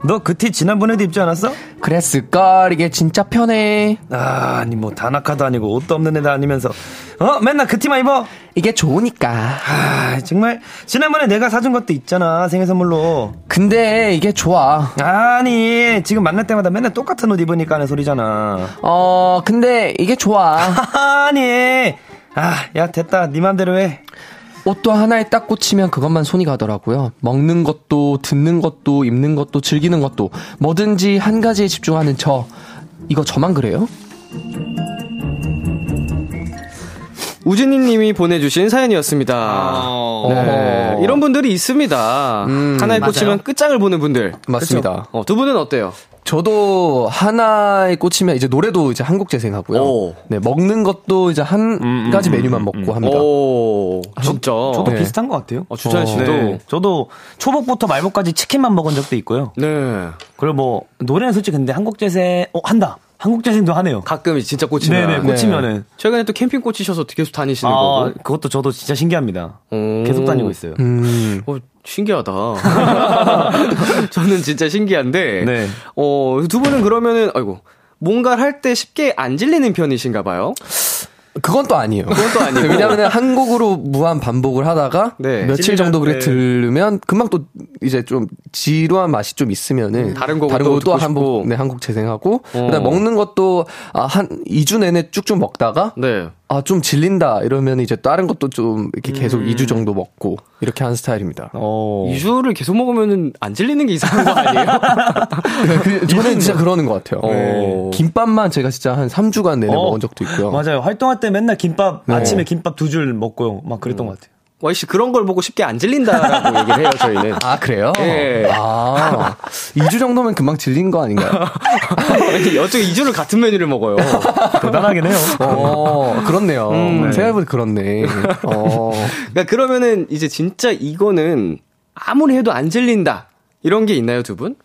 Speaker 5: 너 그 티 지난번에도 입지 않았어?
Speaker 4: 그랬을걸 이게 진짜 편해
Speaker 5: 아, 아니 뭐 다나카도 아니고 옷도 없는 애도 아니면서 어 맨날 그 티만 입어
Speaker 4: 이게 좋으니까
Speaker 5: 아 정말 지난번에 내가 사준 것도 있잖아 생일 선물로
Speaker 4: 근데 이게 좋아
Speaker 5: 아니 지금 만날 때마다 맨날 똑같은 옷 입으니까 하는 소리잖아
Speaker 4: 어 근데 이게 좋아
Speaker 5: 아니 아 야 됐다 네 맘대로 해
Speaker 4: 옷도 하나에 딱 꽂히면 그것만 손이 가더라고요. 먹는 것도, 듣는 것도, 입는 것도, 즐기는 것도, 뭐든지 한 가지에 집중하는 저. 이거 저만 그래요?
Speaker 2: 우진이 님이 보내주신 사연이었습니다. 네, 이런 분들이 있습니다.
Speaker 4: 아. 음,
Speaker 2: 하나에
Speaker 4: 맞아요.
Speaker 2: 꽂히면 끝장을 보는 분들.
Speaker 4: 맞습니다.
Speaker 2: 그렇죠? 어, 두 분은 어때요?
Speaker 4: 저도 하나에 꽂히면 이제 노래도 이제 한국 재생하고요.
Speaker 2: 오.
Speaker 4: 네, 먹는 것도 이제 한 가지 메뉴만 먹고 합니다.
Speaker 2: 오, 진짜.
Speaker 5: 저도
Speaker 4: 네.
Speaker 5: 비슷한 것 같아요.
Speaker 2: 어, 주찬
Speaker 5: 어,
Speaker 2: 씨도.
Speaker 5: 네. 저도 초복부터 말복까지 치킨만 먹은 적도 있고요.
Speaker 2: 네.
Speaker 5: 그리고 뭐 노래는 솔직히 근데 한국재생 어 한다. 한국재생도 하네요.
Speaker 2: 가끔 진짜 꽂히면.
Speaker 5: 네네 꽂히면은
Speaker 2: 최근에 또 캠핑 꽂히셔서 계속 다니시는
Speaker 5: 아
Speaker 2: 거고.
Speaker 5: 그것도 저도 진짜 신기합니다.
Speaker 2: 오.
Speaker 5: 계속 다니고 있어요.
Speaker 4: 음.
Speaker 2: 어, 신기하다. 저는 진짜 신기한데.
Speaker 5: 네.
Speaker 2: 어, 두 분은 그러면은, 아이고. 뭔가를 할 때 쉽게 안 질리는 편이신가 봐요.
Speaker 4: 그건 또 아니에요.
Speaker 2: 그건 또 아니고.
Speaker 4: 왜냐하면 한 곡으로 무한 반복을 하다가
Speaker 2: 네.
Speaker 4: 며칠 정도 그래
Speaker 5: 네.
Speaker 4: 들으면 금방 또 이제 좀 지루한 맛이 좀 있으면은
Speaker 2: 음. 다른 곡을 또 듣고 싶고.
Speaker 4: 한곡 네, 한곡 재생하고
Speaker 2: 어.
Speaker 4: 그다음 먹는 것도 아 한 2주 내내 쭉쭉 먹다가
Speaker 2: 네.
Speaker 4: 아 좀 질린다 이러면 이제 다른 것도 좀 이렇게 계속 2주 정도 먹고 이렇게 하는 스타일입니다.
Speaker 5: 어.
Speaker 2: 이주를 계속 먹으면은 안 질리는 게 이상한 거 아니에요?
Speaker 4: 그, 저는 진짜 그러는 것 같아요.
Speaker 2: 네.
Speaker 4: 김밥만 제가 진짜 한 3주간 내내
Speaker 5: 어.
Speaker 4: 먹은 적도 있고요.
Speaker 5: 맞아요. 활동할 때 맨날 김밥
Speaker 4: 네.
Speaker 5: 아침에 김밥 두 줄 먹고요. 막 그랬던 것 같아요.
Speaker 2: 와이씨 그런 걸 보고 쉽게 안 질린다라고 얘기를 해요 저희는.
Speaker 4: 아, 그래요?
Speaker 2: 예.
Speaker 4: 아, 2주 정도면 금방 질린 거 아닌가요?
Speaker 2: 어떻게 2주를 같은 메뉴를 먹어요? 음.
Speaker 5: 대단하긴 해요.
Speaker 4: 어, 그렇네요. 생각해보니 그렇네. 어.
Speaker 2: 그러니까 그러면은 이제 진짜 이거는 아무리 해도 안 질린다 이런 게 있나요 두 분?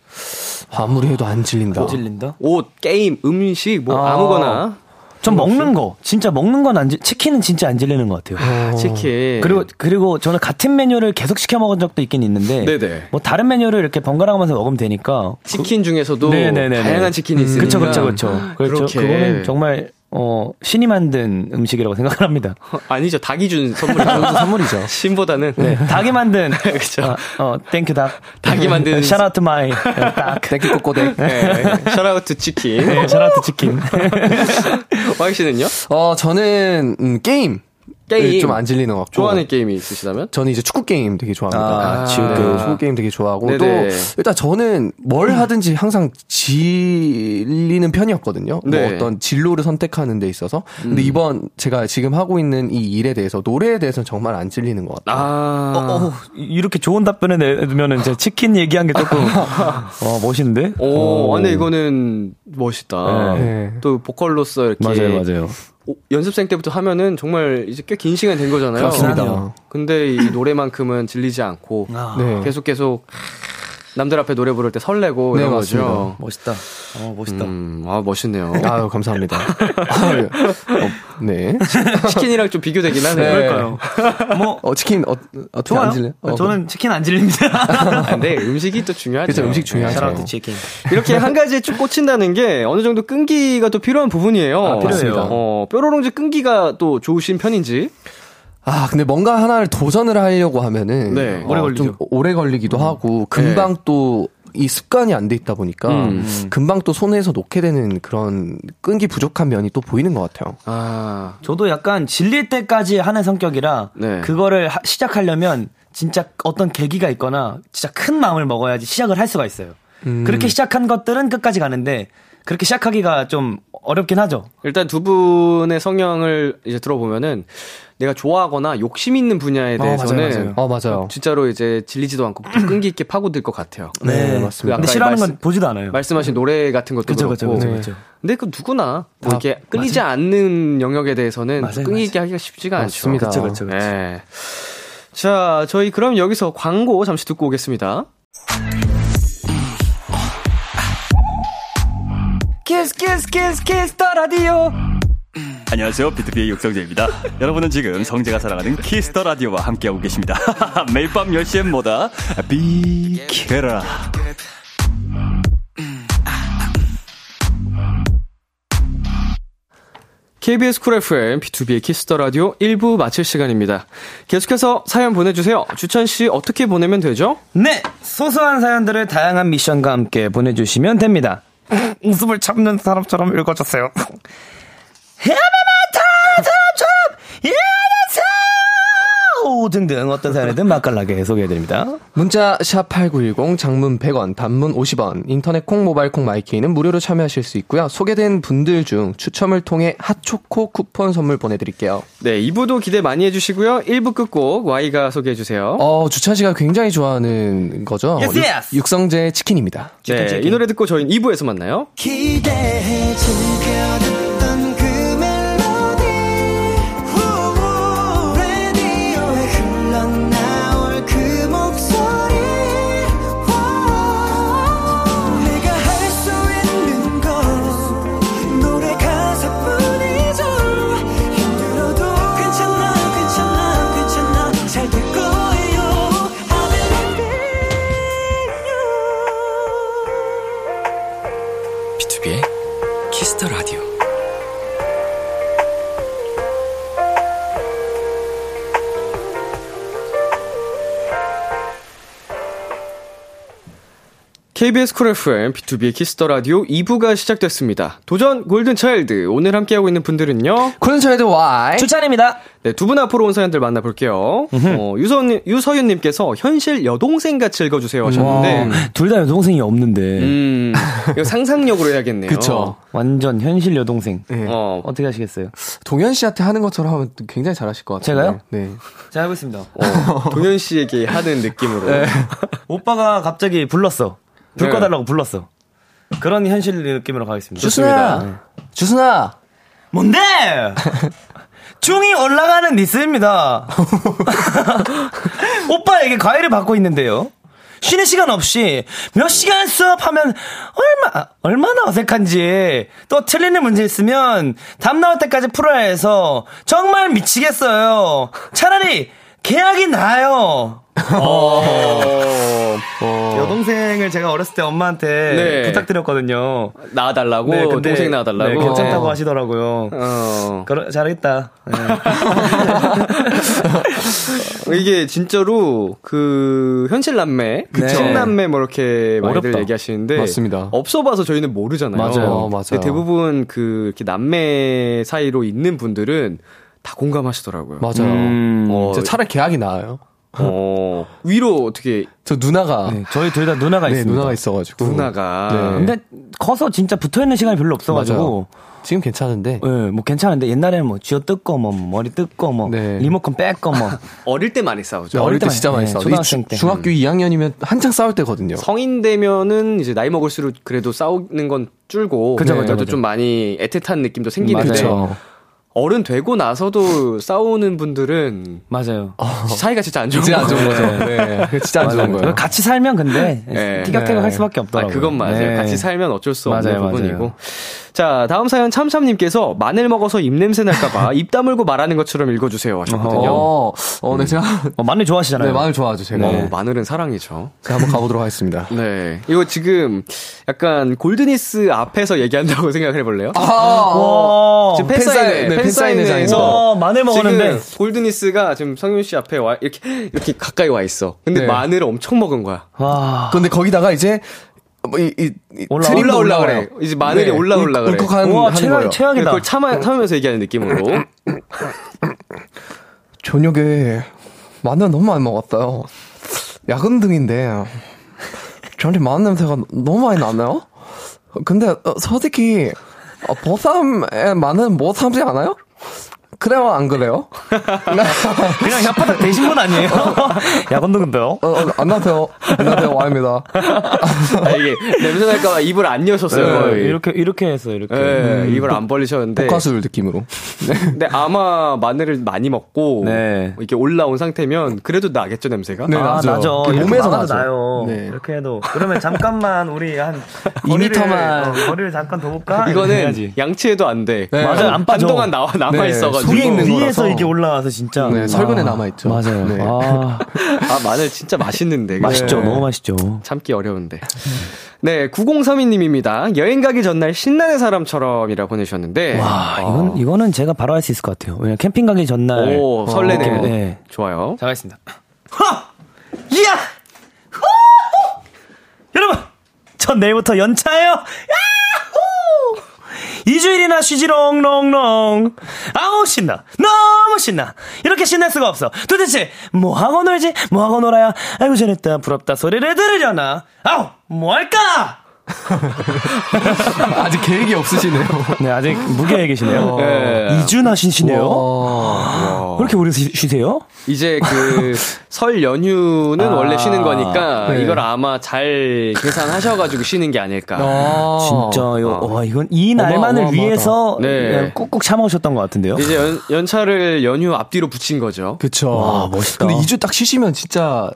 Speaker 4: 아무리 해도 안 질린다.
Speaker 5: 질린다.
Speaker 2: 옷, 게임, 음식 뭐
Speaker 5: 아.
Speaker 2: 아무거나
Speaker 5: 전 먹는 거 진짜 먹는 건 안 질 치킨은 진짜 안 질리는 것 같아요.
Speaker 2: 치킨.
Speaker 5: 어. 그리고 그리고 저는 같은 메뉴를 계속 시켜 먹은 적도 있긴 있는데
Speaker 2: 네네.
Speaker 5: 뭐 다른 메뉴를 이렇게 번갈아가면서 먹으면 되니까
Speaker 2: 치킨 중에서도
Speaker 5: 네네네네. 음.
Speaker 2: 다양한 치킨이 있으니까. 아,
Speaker 5: 그쵸 그쵸 그쵸 그렇죠
Speaker 2: 그렇게.
Speaker 5: 그거는 정말 어 신이 만든 음식이라고 생각을 합니다
Speaker 2: 아니죠 닭이 준 선물이죠.
Speaker 4: 선물이죠.
Speaker 2: 신보다는
Speaker 5: 네. 닭이 만든
Speaker 2: 그쵸.
Speaker 5: 어, 어 땡큐 닭
Speaker 2: 닭이 만든-
Speaker 5: 샤라트 마이 네, 닭
Speaker 4: 땡큐 꼬꼬댁.
Speaker 2: 네. 샤라우트 치킨.
Speaker 5: 네, 샤라트 치킨
Speaker 2: 와이 씨는요?
Speaker 4: 어, 저는, 음, 게임.
Speaker 2: 게임.
Speaker 4: 좀 안 질리는 것 같고.
Speaker 2: 좋아하는
Speaker 5: 어.
Speaker 2: 게임이 있으시다면?
Speaker 4: 저는 이제 축구 게임 되게 좋아합니다.
Speaker 5: 아,
Speaker 4: 네,
Speaker 5: 축구.
Speaker 4: 축구 게임 되게 좋아하고
Speaker 2: 네네.
Speaker 4: 또 일단 저는 뭘
Speaker 5: 음.
Speaker 4: 하든지 항상 질리는 편이었거든요.
Speaker 2: 네.
Speaker 4: 뭐 어떤 진로를 선택하는 데 있어서. 근데
Speaker 5: 음.
Speaker 4: 이번 제가 지금 하고 있는 이 일에 대해서 노래에 대해서는 정말 안 질리는 것 같아요.
Speaker 2: 아.
Speaker 5: 어, 어, 이렇게 좋은 답변을 내면은 이제 치킨 얘기한 게 조금 어 멋있는데
Speaker 2: 오,
Speaker 5: 어.
Speaker 2: 아니 이거는 멋있다.
Speaker 4: 네.
Speaker 2: 또 보컬로서 이렇게
Speaker 4: 예.
Speaker 5: 맞아요 맞아요
Speaker 2: 오, 연습생 때부터 하면은 정말 이제 꽤 긴 시간 된 거잖아요.
Speaker 5: 그렇습니다.
Speaker 2: 그럼요. 근데 이 노래만큼은 질리지 않고
Speaker 5: 아,
Speaker 4: 네.
Speaker 2: 계속 계속 남들 앞에 노래 부를 때 설레고
Speaker 4: 네,
Speaker 2: 이런
Speaker 4: 맞습니다.
Speaker 2: 거죠.
Speaker 5: 멋있다 어 멋있다
Speaker 2: 음, 아 멋있네요.
Speaker 4: 아유, 감사합니다. 아유, 예. 어, 네.
Speaker 2: 치킨이랑 좀 비교되긴 하네요.
Speaker 4: 네.
Speaker 5: 그럴까요 뭐
Speaker 4: 어, 치킨, 어, 어떻게
Speaker 5: 좋아요
Speaker 4: 안 질려? 어,
Speaker 5: 저는 치킨 안 질립니다
Speaker 2: 아, 근데 음식이 또 중요하죠.
Speaker 4: 그렇죠, 음식 중요하죠.
Speaker 5: 샤라트 치킨
Speaker 2: 이렇게 한 가지에 쭉 꽂힌다는 게 어느 정도 끈기가 또 필요한 부분이에요.
Speaker 5: 필요해요.
Speaker 2: 맞습니다. 어, 뾰로롱즈 끈기가 또 좋으신 편인지.
Speaker 4: 아, 근데 뭔가 하나를 도전을 하려고 하면은
Speaker 2: 네,
Speaker 5: 오래
Speaker 4: 어, 좀
Speaker 5: 걸리죠. 음. 네.
Speaker 4: 오래 걸리기도 하고 금방 또 이 습관이 안 돼 있다 보니까
Speaker 5: 음.
Speaker 4: 금방 또 손에서 놓게 되는 그런 끈기 부족한 면이 또 보이는 것 같아요.
Speaker 2: 아,
Speaker 5: 저도 약간 질릴 때까지 하는 성격이라
Speaker 2: 네.
Speaker 5: 그거를 하- 시작하려면 진짜 어떤 계기가 있거나 진짜 큰 마음을 먹어야지 시작을 할 수가 있어요.
Speaker 4: 음.
Speaker 5: 그렇게 시작한 것들은 끝까지 가는데 그렇게 시작하기가 좀 어렵긴 하죠.
Speaker 2: 일단 두 분의 성향을 이제 들어보면은 내가 좋아하거나 욕심 있는 분야에 대해서는
Speaker 4: 어, 맞아요.
Speaker 2: 진짜로 이제 질리지도 않고 좀 끈기 있게 파고들 것 같아요.
Speaker 4: 네,
Speaker 2: 그
Speaker 4: 맞습니다.
Speaker 2: 아까
Speaker 5: 근데 싫어하는
Speaker 2: 말씀-
Speaker 5: 건 보지도 않아요.
Speaker 2: 말씀하신 노래 같은 것도
Speaker 5: 그쵸,
Speaker 2: 렇고
Speaker 5: 그쵸, 그쵸, 그쵸.
Speaker 2: 근데 그 누구나 뭐
Speaker 4: 아,
Speaker 2: 이렇게 끌리지 않는 영역에 대해서는
Speaker 5: 맞아요,
Speaker 2: 끈기 있게 하기가 쉽지가 않죠.
Speaker 4: 맞습니다. 그쵸, 그쵸,
Speaker 5: 그쵸.
Speaker 2: 네. 자, 저희 그럼 여기서 광고 잠시 듣고 오겠습니다.
Speaker 5: 키스 키스 키스 키스 더 라디오.
Speaker 6: 안녕하세요. 비트비의 육성재입니다. 여러분은 지금 성재가 사랑하는 키스터 라디오와 함께하고 계십니다. 매일 밤 10시엔 뭐다? 비케라.
Speaker 2: KBS 쿨 FM, B2B의 키스터 라디오 1부 마칠 시간입니다. 계속해서 사연 보내주세요. 주찬 씨 어떻게 보내면 되죠?
Speaker 5: 네, 소소한 사연들을 다양한 미션과 함께 보내주시면 됩니다. 웃음을 참는 사람처럼 읽어주세요. 헤아마마 사람처럼 읽어주세요. 뭐 등등 어떤 사연이든 맛깔나게 소개해드립니다.
Speaker 4: 문자 샵 8910 장문 100원 단문 50원 인터넷 콩 모바일 콩 마이케이는 무료로 참여하실 수 있고요. 소개된 분들 중 추첨을 통해 핫초코 쿠폰 선물 보내드릴게요.
Speaker 2: 네, 2부도 기대 많이 해주시고요. 1부 끝곡 Y가 소개해주세요. 네,
Speaker 4: 어, 주찬 씨가 굉장히 좋아하는 거죠?
Speaker 5: Yes, yes.
Speaker 4: 육, 성제 치킨입니다.
Speaker 2: 네, 이 노래 듣고 저희는 2부에서 만나요.
Speaker 3: 기대해 즐겨듣던 그 멜로디 후, 라디오에 흘러나올 그 목소리 와, 내가 할 수 있는 건 노래 가사뿐이죠 힘들어도 괜찮아 괜찮아 괜찮아 잘 될 거예요 I believe in you
Speaker 1: B2B의 키스터 라디오.
Speaker 2: KBS 쿨 FM B2B의 키스터 라디오 2부가 시작됐습니다. 도전 골든 차일드 오늘 함께하고 있는 분들은요.
Speaker 4: 콜린차이드 Y.
Speaker 5: 추찬입니다.
Speaker 2: 네, 두 분 앞으로 온 사연들 만나볼게요. 어, 유서윤, 유서윤님께서 현실 여동생 같이 읽어주세요 하셨는데,
Speaker 5: 둘 다 여동생이 없는데 어,
Speaker 2: 음, 이거 상상력으로 해야겠네요.
Speaker 4: 그쵸.
Speaker 5: 완전 현실 여동생.
Speaker 2: 어,
Speaker 5: 어떻게 하시겠어요?
Speaker 4: 동현 씨한테 하는 것처럼 하면 또 굉장히 잘하실 것 같아요.
Speaker 5: 제가요?
Speaker 4: 네.
Speaker 5: 잘 하고 있습니다.
Speaker 2: 어, 동현 씨에게 하는 느낌으로.
Speaker 5: 오빠가 갑자기 불렀어. 불
Speaker 2: 네.
Speaker 5: 꺼달라고 불렀어. 그런 현실 느낌으로 가겠습니다. 네.
Speaker 4: 주순아! 주순아!
Speaker 5: 뭔데? 중이 올라가는 니스입니다. 오빠에게 과외를 받고 있는데요. 쉬는 시간 없이 몇 시간 수업하면 얼마, 얼마나 어색한지 또 틀리는 문제 있으면 답 나올 때까지 풀어야 해서 정말 미치겠어요. 차라리 계약이 나아요.
Speaker 2: 어,
Speaker 5: 여동생을 제가 어렸을 때 엄마한테
Speaker 2: 네.
Speaker 5: 부탁드렸거든요.
Speaker 2: 나와달라고,
Speaker 5: 네, 근데
Speaker 2: 동생 나와달라고.
Speaker 5: 네, 괜찮다고 하시더라고요.
Speaker 2: 어.
Speaker 5: 그러, 잘했다. 네.
Speaker 2: 이게 진짜로 그 현실 남매, 그
Speaker 4: 네.
Speaker 2: 친남매 뭐 이렇게 많이들
Speaker 5: 어렵다.
Speaker 2: 얘기하시는데
Speaker 4: 맞습니다.
Speaker 2: 없어봐서 저희는 모르잖아요.
Speaker 4: 맞아요. 어, 맞아요.
Speaker 2: 근데 대부분 그 이렇게 남매 사이로 있는 분들은 다 공감하시더라고요.
Speaker 4: 맞아요.
Speaker 5: 음.
Speaker 2: 어,
Speaker 4: 저 차라리 계약이 나아요.
Speaker 2: 어, 위로 어떻게
Speaker 4: 저 누나가
Speaker 5: 네, 저희 둘 다 누나가
Speaker 4: 네,
Speaker 5: 있습니다.
Speaker 4: 누나가 있어가지고
Speaker 2: 누나가
Speaker 4: 네.
Speaker 5: 근데 커서 진짜 붙어 있는 시간이 별로 없어가지고,
Speaker 4: 지금 괜찮은데
Speaker 5: 예, 뭐 괜찮은데 옛날에는 뭐 쥐어 뜯고 뭐 머리 뜯고 뭐
Speaker 4: 네.
Speaker 5: 리모컨 뺏고 뭐
Speaker 2: 어릴 때 많이
Speaker 4: 저
Speaker 2: 싸우죠.
Speaker 4: 어릴 때
Speaker 5: 때만-
Speaker 4: 진짜 많이
Speaker 5: 네,
Speaker 4: 싸워.
Speaker 5: 초등학생 때.
Speaker 4: 중학교 2학년이면 한창 싸울 때거든요.
Speaker 2: 성인 되면은 이제 나이 먹을수록 그래도 싸우는 건 줄고
Speaker 5: 그죠,
Speaker 2: 그래도
Speaker 5: 그죠, 그죠.
Speaker 2: 좀 많이 애틋한 느낌도 생기는데
Speaker 4: 그렇죠.
Speaker 2: 어른 되고 나서도 싸우는 분들은
Speaker 5: 맞아요.
Speaker 2: 사이가 진짜 안 좋은
Speaker 4: 진짜 안
Speaker 2: 거예요.
Speaker 4: 좋은 거죠. 네, 그게 진짜 안 좋은 거예요.
Speaker 5: 같이 살면 근데
Speaker 2: 네.
Speaker 5: 티격태격
Speaker 4: 네.
Speaker 5: 할 수밖에
Speaker 2: 아,
Speaker 5: 없더라고요.
Speaker 2: 그건 맞아요.
Speaker 5: 네.
Speaker 2: 같이 살면 어쩔 수 없는
Speaker 5: 맞아요,
Speaker 2: 부분이고.
Speaker 5: 맞아요.
Speaker 2: 자, 다음 사연 참참님께서 마늘 먹어서 입냄새 날까봐 입 다물고 말하는 것처럼 읽어주세요 하셨거든요. 어,
Speaker 4: 어, 어, 네, 제가
Speaker 5: 어, 마늘 좋아하시잖아요.
Speaker 4: 네 마늘 좋아하죠. 제가
Speaker 2: 마늘은 사랑이죠.
Speaker 4: 제가 한번 가보도록 하겠습니다.
Speaker 2: 네. 이거 지금 약간 골드니스 앞에서 얘기한다고 생각해 볼래요?
Speaker 5: 와,
Speaker 2: 지금
Speaker 4: 팬사인-
Speaker 2: 팬사인회,
Speaker 4: 네, 팬사인회장에서.
Speaker 2: 팬사인회에서
Speaker 5: 와, 어, 마늘 먹었는데
Speaker 2: 지금 골드니스가 지금 성윤 씨 앞에 와 이렇게 이렇게 가까이 와 있어. 근데
Speaker 4: 네.
Speaker 2: 마늘을 엄청 먹은 거야.
Speaker 5: 와,
Speaker 4: 근데 거기다가 이제 뭐 이, 이, 이
Speaker 5: 올라-
Speaker 4: 트림도
Speaker 2: 올라 올라
Speaker 4: 올라와요. 네.
Speaker 2: 그래. 이제 마늘이 올라 올라 그래.
Speaker 4: 울컥한
Speaker 5: 우와,
Speaker 4: 하는 거예요.
Speaker 5: 최악, 최악이다.
Speaker 2: 그걸 참아 참으면서 얘기하는 느낌으로.
Speaker 4: 저녁에 마늘 너무 많이 먹었어요. 야근 등인데 저한테 마늘 냄새가 너무 많이 나나요? 근데 어, 솔직히 어, 보쌈에 마늘 못 참지 않아요? 그래요 안 그래요?
Speaker 5: 그냥 혓바닥 대신 분 아니에요? 야, 건도 근데요?
Speaker 4: 어, 어, 안녕하세요. 안녕하세요 와입니다.
Speaker 2: 아, 이게 냄새 날까봐 입을 안 여셨어요. 거의.
Speaker 5: 네, 이렇게 음. 이렇게 해서 이렇게.
Speaker 2: 예, 입을 안 벌리셨는데.
Speaker 4: 복화술 느낌으로.
Speaker 2: 근데 아마 마늘을 많이 먹고
Speaker 5: 네.
Speaker 2: 이렇게 올라온 상태면 그래도 나겠죠 냄새가.
Speaker 4: 네,
Speaker 5: 아,
Speaker 4: 나죠.
Speaker 5: 나죠.
Speaker 4: 그
Speaker 5: 이렇게
Speaker 4: 몸에서 나죠.
Speaker 5: 막아도 나요.
Speaker 4: 네.
Speaker 5: 이렇게 해도. 그러면 잠깐만 우리 한
Speaker 4: 이 미터만.
Speaker 5: 거리를, 어, 거리를 잠깐 더 볼까?
Speaker 2: 아, 이거는
Speaker 5: 해야지.
Speaker 2: 양치해도 안 돼.
Speaker 4: 네.
Speaker 5: 맞아요, 안 빠져.
Speaker 2: 한동안 나와 남아
Speaker 4: 네,
Speaker 2: 있어가지고.
Speaker 4: 속에 있는
Speaker 5: 위에서
Speaker 4: 거라서.
Speaker 5: 이게 올라와서 진짜
Speaker 4: 네, 설근에
Speaker 5: 아,
Speaker 4: 남아있죠.
Speaker 5: 맞아요.
Speaker 4: 네.
Speaker 5: 아,
Speaker 2: 아 마늘 진짜 맛있는데.
Speaker 5: 맛있죠.
Speaker 2: 네.
Speaker 5: 너무 맛있죠.
Speaker 2: 참기 어려운데. 네, 9032님입니다. 여행 가기 전날 신나는 사람처럼이라 보내셨는데.
Speaker 5: 와, 아, 이건 이거는 제가 바로 할 수 있을 것 같아요. 왜냐 면 캠핑 가기 전날.
Speaker 2: 오 어. 설레네요.
Speaker 5: 네.
Speaker 2: 좋아요.
Speaker 5: 잘하겠습니다. 이야! 후! 여러분, 전 내일부터 연차예요. 야호! 2주일이나 쉬지 롱롱롱. 아우 신나. 너무 너무 신나. 이렇게 신날 수가 없어. 도대체 뭐 하고 놀지? 뭐 하고 놀아야 아이고 잘했다 부럽다 소리를 들으려나? 아우 뭐 할까?
Speaker 2: 아직 계획이 없으시네요.
Speaker 5: 네 아직 무게에 계시네요.
Speaker 2: 네.
Speaker 5: 2주나 쉬시네요. 아, 왜 이렇게 오래 쉬- 쉬세요?
Speaker 2: 이제 그 설 연휴는
Speaker 5: 아.
Speaker 2: 원래 쉬는 거니까
Speaker 5: 네.
Speaker 2: 이걸 아마 잘 계산하셔가지고 쉬는 게 아닐까. 어.
Speaker 5: 진짜요. 와 이건 이 날만을
Speaker 4: 어마어마하다.
Speaker 5: 위해서
Speaker 2: 네.
Speaker 5: 그냥 꾹꾹 참아오셨던 것 같은데요.
Speaker 2: 이제 연, 연차를 연휴 앞뒤로 붙인 거죠.
Speaker 4: 그쵸.
Speaker 5: 와, 멋있다.
Speaker 4: 근데 2주 딱 쉬시면 진짜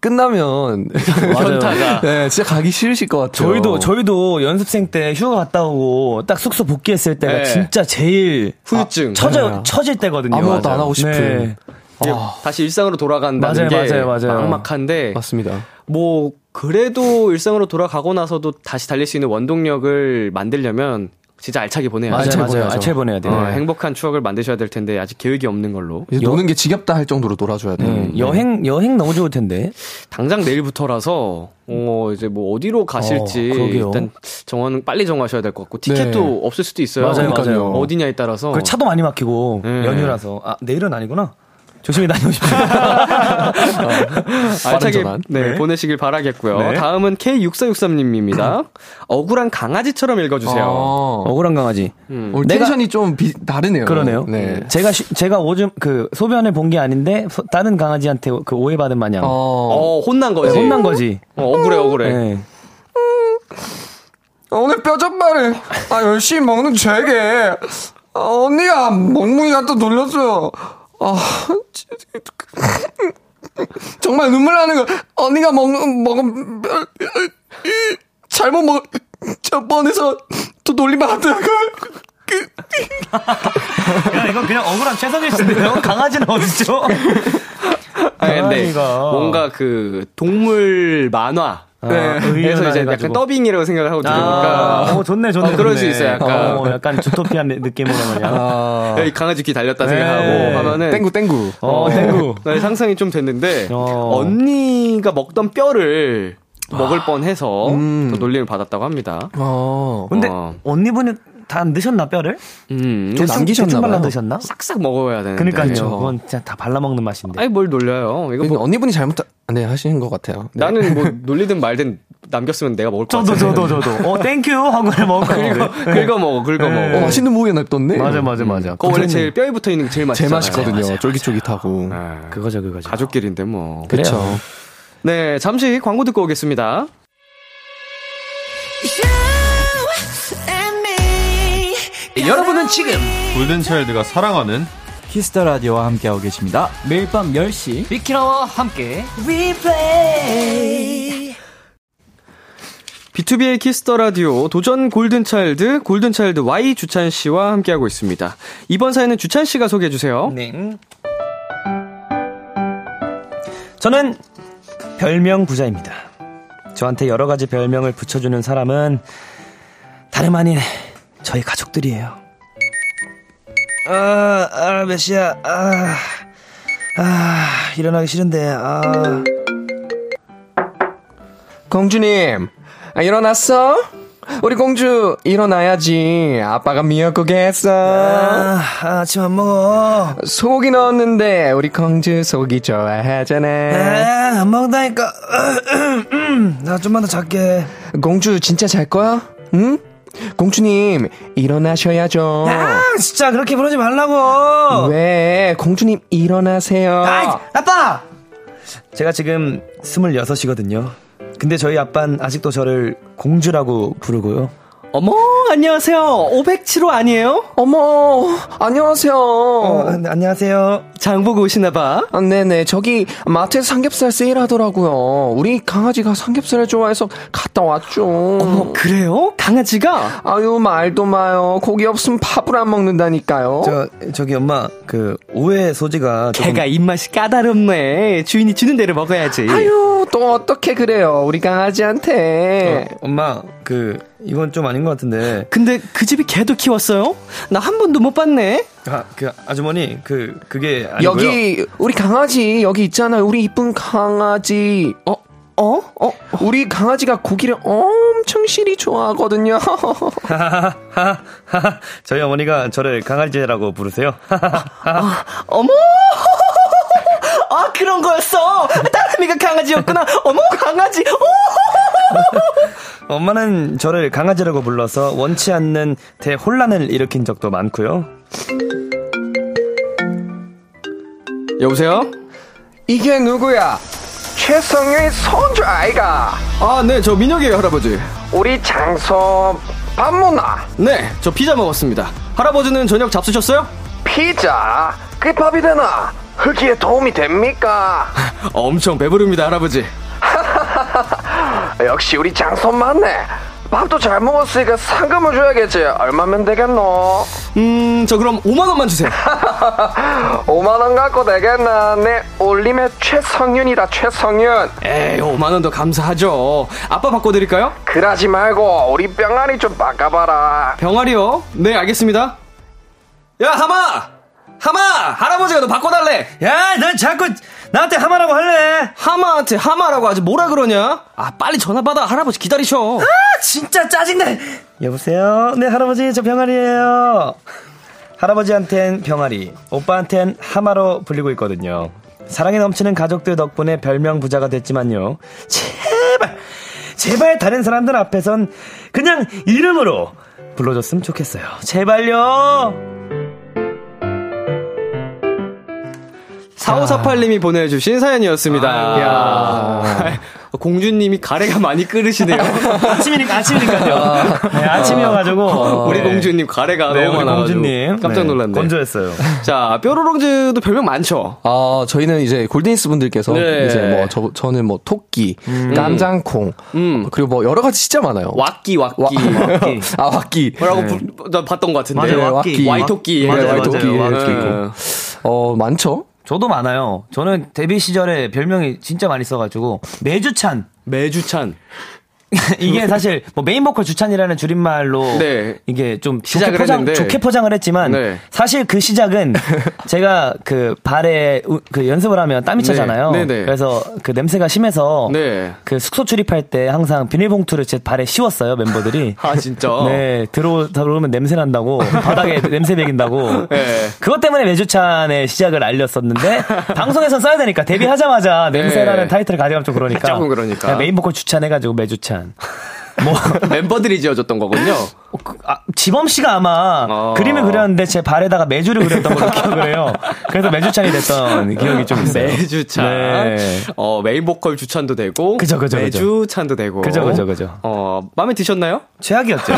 Speaker 4: 끝나면.
Speaker 2: 현타가.
Speaker 4: 네, 진짜 가기 싫으실 것 같아요.
Speaker 5: 저희도 저희도 연습생 때 휴가 갔다 오고 딱 숙소 복귀했을 때가
Speaker 2: 네.
Speaker 5: 진짜 제일 아,
Speaker 2: 후유증.
Speaker 5: 처져
Speaker 4: 네.
Speaker 5: 처질 때거든요. 네.
Speaker 4: 아무것도 안 하고
Speaker 5: 맞아요.
Speaker 4: 싶은.
Speaker 2: 이게 다시 일상으로 돌아간다는
Speaker 5: 아. 맞아요,
Speaker 2: 게
Speaker 5: 맞아요, 맞아요.
Speaker 2: 막막한데
Speaker 4: 아, 맞습니다.
Speaker 2: 뭐 그래도 일상으로 돌아가고 나서도 다시 달릴 수 있는 원동력을 만들려면 진짜 알차게 보내야죠.
Speaker 5: 맞아요,
Speaker 4: 알차게
Speaker 5: 맞아요.
Speaker 4: 보내야죠.
Speaker 5: 아채 보내야 돼요. 네.
Speaker 2: 어, 행복한 추억을 만드셔야 될 텐데 아직 계획이 없는 걸로.
Speaker 4: 이제 노는 게 지겹다 할 정도로 놀아줘야 돼요.
Speaker 5: 음, 여행 여행 너무 좋을 텐데.
Speaker 2: 당장 내일부터라서 어 이제 뭐 어디로 가실지
Speaker 5: 어, 그러게요.
Speaker 2: 일단 정원 빨리 정하셔야 될 것 같고 티켓도
Speaker 4: 네.
Speaker 2: 없을 수도 있어요.
Speaker 5: 맞아요,
Speaker 2: 그러니까요.
Speaker 5: 맞아요.
Speaker 2: 어디냐에 따라서
Speaker 5: 그 차도 많이 막히고
Speaker 2: 음.
Speaker 5: 연휴라서 아 내일은 아니구나. 조심히 다녀오십시오.
Speaker 2: 알차게
Speaker 4: 전환.
Speaker 2: 네,
Speaker 5: 네.
Speaker 2: 보내시길 바라겠고요.
Speaker 5: 네.
Speaker 2: 다음은 K6463님입니다. 억울한 강아지처럼 읽어주세요. 음.
Speaker 4: 어,
Speaker 5: 억울한 강아지.
Speaker 4: 오늘
Speaker 5: 내가-
Speaker 4: 텐션이 좀 비, 다르네요.
Speaker 5: 음. 그러네요.
Speaker 4: 네.
Speaker 5: 제가 쉬- 제가 오줌 그 소변을 본 게 아닌데 소- 다른 강아지한테 그 오해받은 마냥
Speaker 4: 어,
Speaker 2: 어, 혼난 거지.
Speaker 5: 혼난 거지.
Speaker 2: 어, 억울해, 억울해.
Speaker 5: 네.
Speaker 4: 오늘 뼈전발을 아, 열심히 먹는 제게 아, 언니가 멍멍이가 또 놀렸어요. 아, 진짜. 정말 눈물 나는 거. 언니가 먹, 먹은, 뼈- 잘못 먹, 저 뻔해서 또 놀리면 안 돼.
Speaker 5: 야, 이건 그냥 억울한 최선일 수인데요. 강아지는 어디죠?
Speaker 2: 아니, 근데
Speaker 5: 강아지가.
Speaker 2: 뭔가 그 동물 만화.
Speaker 5: 네.
Speaker 2: 그래서 이제 약간
Speaker 5: 의연해가지고.
Speaker 2: 더빙이라고 생각을 하고 들으니까.
Speaker 5: 아, 오, 좋네, 좋네.
Speaker 2: 어, 그럴
Speaker 5: 좋네.
Speaker 2: 수 있어요, 약간.
Speaker 5: 어, 약간 주토피아 느낌으로
Speaker 4: 어.
Speaker 5: 그냥.
Speaker 2: 야, 어, 이 강아지 귀 달렸다
Speaker 5: 네.
Speaker 2: 생각하고 하면은.
Speaker 4: 땡구.
Speaker 5: 어, 대구.
Speaker 2: 네, 상상이 좀 됐는데,
Speaker 5: 어.
Speaker 2: 언니가 먹던 뼈를 먹을 뻔해서
Speaker 5: 음.
Speaker 2: 더 놀림을 받았다고 합니다.
Speaker 4: 어.
Speaker 5: 근데
Speaker 2: 어.
Speaker 5: 언니분이 다 넣으셨나, 뼈를?
Speaker 2: 음,
Speaker 5: 대충-
Speaker 4: 남기셨나
Speaker 5: 대충 발라
Speaker 4: 봐요.
Speaker 5: 넣으셨나?
Speaker 2: 싹싹 먹어야 되는데.
Speaker 5: 그니까요. 그건 진짜 다 발라먹는 맛인데.
Speaker 2: 아니, 뭘 놀려요. 이거 뭐,
Speaker 4: 언니분이 잘못, 네, 하시는 것 같아요.
Speaker 2: 나는 뭐 놀리든 말든 남겼으면 내가 먹을 거
Speaker 5: 저도, 저도, 네. 저도. 어, 땡큐! 하고 그냥 먹고.
Speaker 2: 긁어, 긁어 먹어, 긁어 먹어.
Speaker 4: 어, 맛있는 무게 냅뒀네.
Speaker 5: 맞아, 맞아, 맞아.
Speaker 2: 그거 원래 제일 뼈에 붙어 있는 게 제일
Speaker 4: 제
Speaker 2: 맛있잖아요.
Speaker 4: 맛이거든요. 쫄깃쫄깃하고.
Speaker 2: 네.
Speaker 5: 그거죠, 그거죠.
Speaker 2: 가족끼리인데 뭐.
Speaker 5: 그래요.
Speaker 7: 그렇죠.
Speaker 4: 그쵸.
Speaker 2: 네, 잠시 광고 듣고 오겠습니다.
Speaker 3: 여러분은 지금
Speaker 7: 골든차일드가 사랑하는 키스터 라디오와 함께하고 계십니다. 매일 밤 10시
Speaker 2: B2B의 키스터 라디오 도전 골든차일드 골든차일드 Y 주찬 씨와 함께하고 있습니다. 이번 사연은 주찬 씨가 소개해 주세요.
Speaker 5: 네. 저는 별명 부자입니다. 저한테 여러 가지 별명을 붙여주는 사람은 다름 아닌 저희 가족들이에요. 아, 아, 몇 시야? 아, 아, 일어나기 싫은데, 아.
Speaker 4: 공주님, 아, 일어났어? 우리 공주, 일어나야지. 아빠가 미역국
Speaker 2: 네.
Speaker 4: 했어.
Speaker 5: 아, 아침 안 먹어.
Speaker 4: 소고기 넣었는데, 우리 공주 소고기
Speaker 2: 네.
Speaker 4: 좋아하잖아.
Speaker 5: 아, 안 먹다니까. 음, 나 좀만 더 잘게.
Speaker 4: 공주, 진짜 잘 거야? 응? 공주님, 일어나셔야죠.
Speaker 5: 아, 진짜 그렇게 부르지 말라고.
Speaker 4: 왜? 공주님, 일어나세요.
Speaker 5: 아이, 아빠! 제가 지금 26이거든요. 근데 저희 아빠는 아직도 저를 공주라고 부르고요.
Speaker 2: 어머, 안녕하세요. 507호 아니에요?
Speaker 4: 어머, 안녕하세요.
Speaker 5: 어, 안녕하세요.
Speaker 2: 장 보고 오시나 봐.
Speaker 4: 아, 네네. 저기, 마트에 삼겹살 세일하더라고요. 우리 강아지가 삼겹살을 좋아해서 갔다 왔죠.
Speaker 5: 어,
Speaker 2: 그래요? 강아지가?
Speaker 4: 아유 말도 마요 고기 없으면 밥을 안 먹는다니까요
Speaker 5: 저, 저기 엄마, 그, 오해 소지가. 조금-
Speaker 2: 걔가 아, 입맛이 까다롭네. 주인이 주는 대로 먹어야지.
Speaker 5: 예.
Speaker 4: 아유 또 어떻게 그래요 우리 강아지한테
Speaker 5: 어, 엄마, 그, 이건 좀 아닌 것 같은데.
Speaker 2: 근데 그 집이 개도 키웠어요? 나 한 번도 못 봤네.
Speaker 5: 아, 그, 아주머니, 그, 그게 아니고요.
Speaker 4: 여기 우리 강아지 여기 있잖아요 우리 이쁜 강아지 어? 어? 어? 우리 강아지가 고기를 충실히 좋아하거든요.
Speaker 5: 하하하하. 저희 어머니가 저를 강아지라고 부르세요.
Speaker 3: 어머! 아, 그런 거였어! 딸내미가 강아지였구나! 어머, 강아지!
Speaker 5: 엄마는 저를 강아지라고 불러서 원치 않는 대혼란을 일으킨 적도 많고요.
Speaker 2: 여보세요?
Speaker 4: 이게 누구야? 최성의 손주 아이가
Speaker 2: 아, 네, 저 민혁이에요, 할아버지.
Speaker 4: 우리 장소 반문화
Speaker 2: 네, 저 피자 먹었습니다. 할아버지는 저녁 잡수셨어요?
Speaker 4: 피자 그 밥이 되나 흑이에 도움이 됩니까?
Speaker 2: 어, 엄청 배부릅니다, 할아버지.
Speaker 4: 역시 우리 장소 맞네. 밥도 잘 먹었으니까 상금을 줘야겠지. 얼마면 되겠노?
Speaker 2: 음, 저 그럼 5만원만 주세요.
Speaker 4: 5만 원 갖고 되겠나? 내 올림의 최성윤이다 최성윤.
Speaker 2: 에이, 5만원 더 감사하죠. 아빠 바꿔드릴까요?
Speaker 4: 그러지 말고 우리 병아리 좀 바꿔봐라.
Speaker 2: 병아리요? 네, 알겠습니다. 야, 하마! 하마! 할아버지가 너 바꿔달래!
Speaker 5: 야, 너 자꾸 나한테 하마라고 할래.
Speaker 2: 하마한테 하마라고 하지 뭐라 그러냐? 아, 빨리 전화 받아. 할아버지 기다리셔.
Speaker 5: 진짜 짜증나. 여보세요. 네 할아버지 저 병아리예요. 할아버지한텐 병아리, 오빠한텐 하마로 불리고 있거든요. 사랑이 넘치는 가족들 덕분에 별명 부자가 됐지만요. 제발, 제발 다른 사람들 앞에선 그냥 이름으로 불러줬으면 좋겠어요. 제발요.
Speaker 2: 4548님이 보내주신 사연이었습니다.
Speaker 5: 아,
Speaker 2: 공주님이 가래가 많이 끓으시네요.
Speaker 5: 아침이니까 아침이니까요. 네, 아침이어가지고
Speaker 2: 우리
Speaker 5: 네.
Speaker 2: 공주님 가래가
Speaker 5: 네,
Speaker 2: 너무
Speaker 5: 우리
Speaker 2: 많아가지고
Speaker 5: 공주님
Speaker 2: 깜짝
Speaker 5: 네,
Speaker 2: 놀랐네.
Speaker 5: 건조했어요.
Speaker 2: 자, 뾰로롱즈도 별명 많죠.
Speaker 4: 아 저희는 이제 골든이스 분들께서
Speaker 2: 네.
Speaker 4: 이제 뭐 저, 저는 뭐 토끼, 깜장콩,
Speaker 2: 음.
Speaker 4: 그리고 뭐 여러 가지 진짜 많아요.
Speaker 2: 왁기 왁기.
Speaker 4: 와- 아 왁기.
Speaker 2: 뭐라고 부- 나 봤던 것 같은데.
Speaker 5: 네. 맞아요,
Speaker 4: 왁기.
Speaker 2: 와이토끼. 예.
Speaker 5: 맞아요,
Speaker 4: 네,
Speaker 5: 맞아요.
Speaker 4: 와이토끼,
Speaker 5: 와이토끼.
Speaker 4: 와이토끼. 어 많죠.
Speaker 5: 저도 많아요. 저는 데뷔 시절에 별명이 진짜 많이 써가지고 매주찬
Speaker 2: 매주찬.
Speaker 5: 이게 사실 뭐 메인 보컬 주찬이라는 줄임말로
Speaker 2: 그 네.
Speaker 5: 이게 좀
Speaker 2: 시작을
Speaker 5: 좋게 포장,
Speaker 2: 했는데.
Speaker 5: 좋게 포장을 했지만
Speaker 2: 네.
Speaker 5: 사실 그 시작은 제가 그 발에 우- 그 연습을 하면 땀이
Speaker 2: 네.
Speaker 5: 차잖아요.
Speaker 2: 네, 네.
Speaker 5: 그래서 그 냄새가 심해서
Speaker 2: 네.
Speaker 5: 그 숙소 출입할 때 항상 비닐봉투를 제 발에 씌웠어요 멤버들이.
Speaker 2: 아 진짜.
Speaker 5: 네 들어오 들어오면 냄새 난다고 바닥에 냄새 배긴다고.
Speaker 2: 네.
Speaker 5: 그것 때문에 매주찬의 시작을 알렸었는데 방송에서 써야 되니까 데뷔하자마자 냄새라는 타이틀을 가져가면 좀 그러니까.
Speaker 2: 조금 네. 그러니까.
Speaker 5: 그냥 메인 보컬 주찬해가지고 매주찬. 뭐
Speaker 2: 멤버들이 지어줬던 거군요.
Speaker 5: 어, 그, 아, 지범 씨가 아마
Speaker 2: 어.
Speaker 5: 그림을 그렸는데 제 발에다가 매주를 그렸던 걸로 기억을 해요. 그래서 매주찬이 됐던 기억이 좀 있어요.
Speaker 2: 매주찬.
Speaker 5: 네.
Speaker 2: 어 메인 보컬 주찬도 되고.
Speaker 5: 그죠, 그죠, 그죠.
Speaker 2: 매주찬도 되고.
Speaker 5: 그죠, 그죠, 그죠.
Speaker 2: 어 마음에 드셨나요?
Speaker 5: 최악이었죠.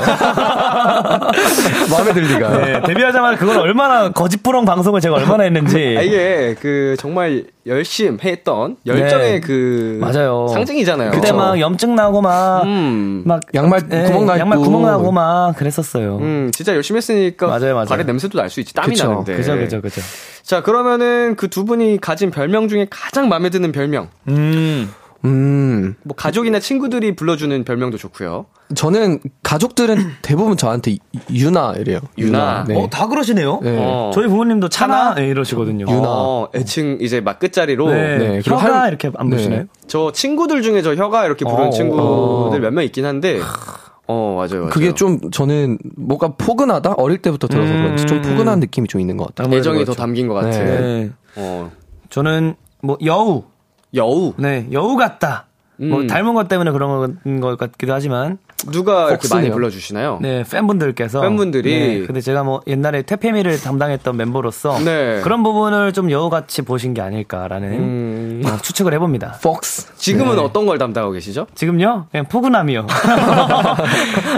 Speaker 4: 마음에 들리가.
Speaker 5: 네, 데뷔하자마자 그걸 얼마나 거짓부렁 방송을 제가 얼마나 했는지.
Speaker 2: 아, 이게 그 정말 열심 했던 열정의
Speaker 5: 네.
Speaker 2: 그
Speaker 5: 맞아요.
Speaker 2: 상징이잖아요.
Speaker 5: 그때 막 염증 나고 막,
Speaker 2: 음.
Speaker 5: 막 네,
Speaker 4: 양말 구멍 나고.
Speaker 5: 양말 구멍 나고 막 그랬었어요.
Speaker 2: 음, 진짜 열심히 했으니까
Speaker 5: 맞아요, 맞아요.
Speaker 2: 발에 냄새도 날 수 있지 땀이
Speaker 4: 그쵸,
Speaker 2: 나는데.
Speaker 5: 그죠, 그죠, 그죠.
Speaker 2: 자 그러면은 그 두 분이 가진 별명 중에 가장 마음에 드는 별명,
Speaker 5: 음.
Speaker 4: 음.
Speaker 2: 뭐 가족이나 친구들이 불러주는 별명도 좋고요.
Speaker 4: 저는 가족들은 대부분 저한테 이- 유나 이래요.
Speaker 2: 유나.
Speaker 4: 네.
Speaker 5: 어, 다 그러시네요.
Speaker 4: 네.
Speaker 2: 어.
Speaker 5: 저희 부모님도 차나, 네, 이러시거든요.
Speaker 4: 유나.
Speaker 2: 어, 애칭 이제 막 끝자리로
Speaker 5: 네.
Speaker 4: 네, 그리고
Speaker 5: 혀가
Speaker 4: 할-
Speaker 5: 이렇게 안
Speaker 4: 네.
Speaker 5: 보시나요?
Speaker 2: 저 친구들 중에 저 혀가 이렇게 부르는
Speaker 5: 어,
Speaker 2: 친구들 몇 명 있긴 한데, 어 맞아요. 맞아요.
Speaker 4: 그게 좀 저는 뭔가 포근하다 어릴 때부터 들어서 그런지 좀 포근한 느낌이 좀 있는 것 같아요.
Speaker 2: 애정이 더 담긴 것 같은.
Speaker 5: 그렇죠. 네.
Speaker 2: 어
Speaker 5: 저는 뭐 여우,
Speaker 2: 여우
Speaker 5: 네 여우 같다. 뭐
Speaker 2: 음.
Speaker 5: 닮은 것 때문에 그런 건- 것 같기도 하지만,
Speaker 2: 누가 이렇게 많이
Speaker 4: 폭스네요.
Speaker 2: 불러주시나요?
Speaker 5: 네 팬분들께서
Speaker 2: 팬분들이.
Speaker 5: 네, 근데 제가 뭐 옛날에 태페미를 담당했던 멤버로서
Speaker 2: 네.
Speaker 5: 그런 부분을 좀 여우 같이 보신 게 아닐까라는
Speaker 2: 음.
Speaker 5: 어, 추측을 해봅니다.
Speaker 4: 폭스.
Speaker 5: 네.
Speaker 2: 지금은 어떤 걸 담당하고 계시죠?
Speaker 5: 지금요? 그냥 포근함이요.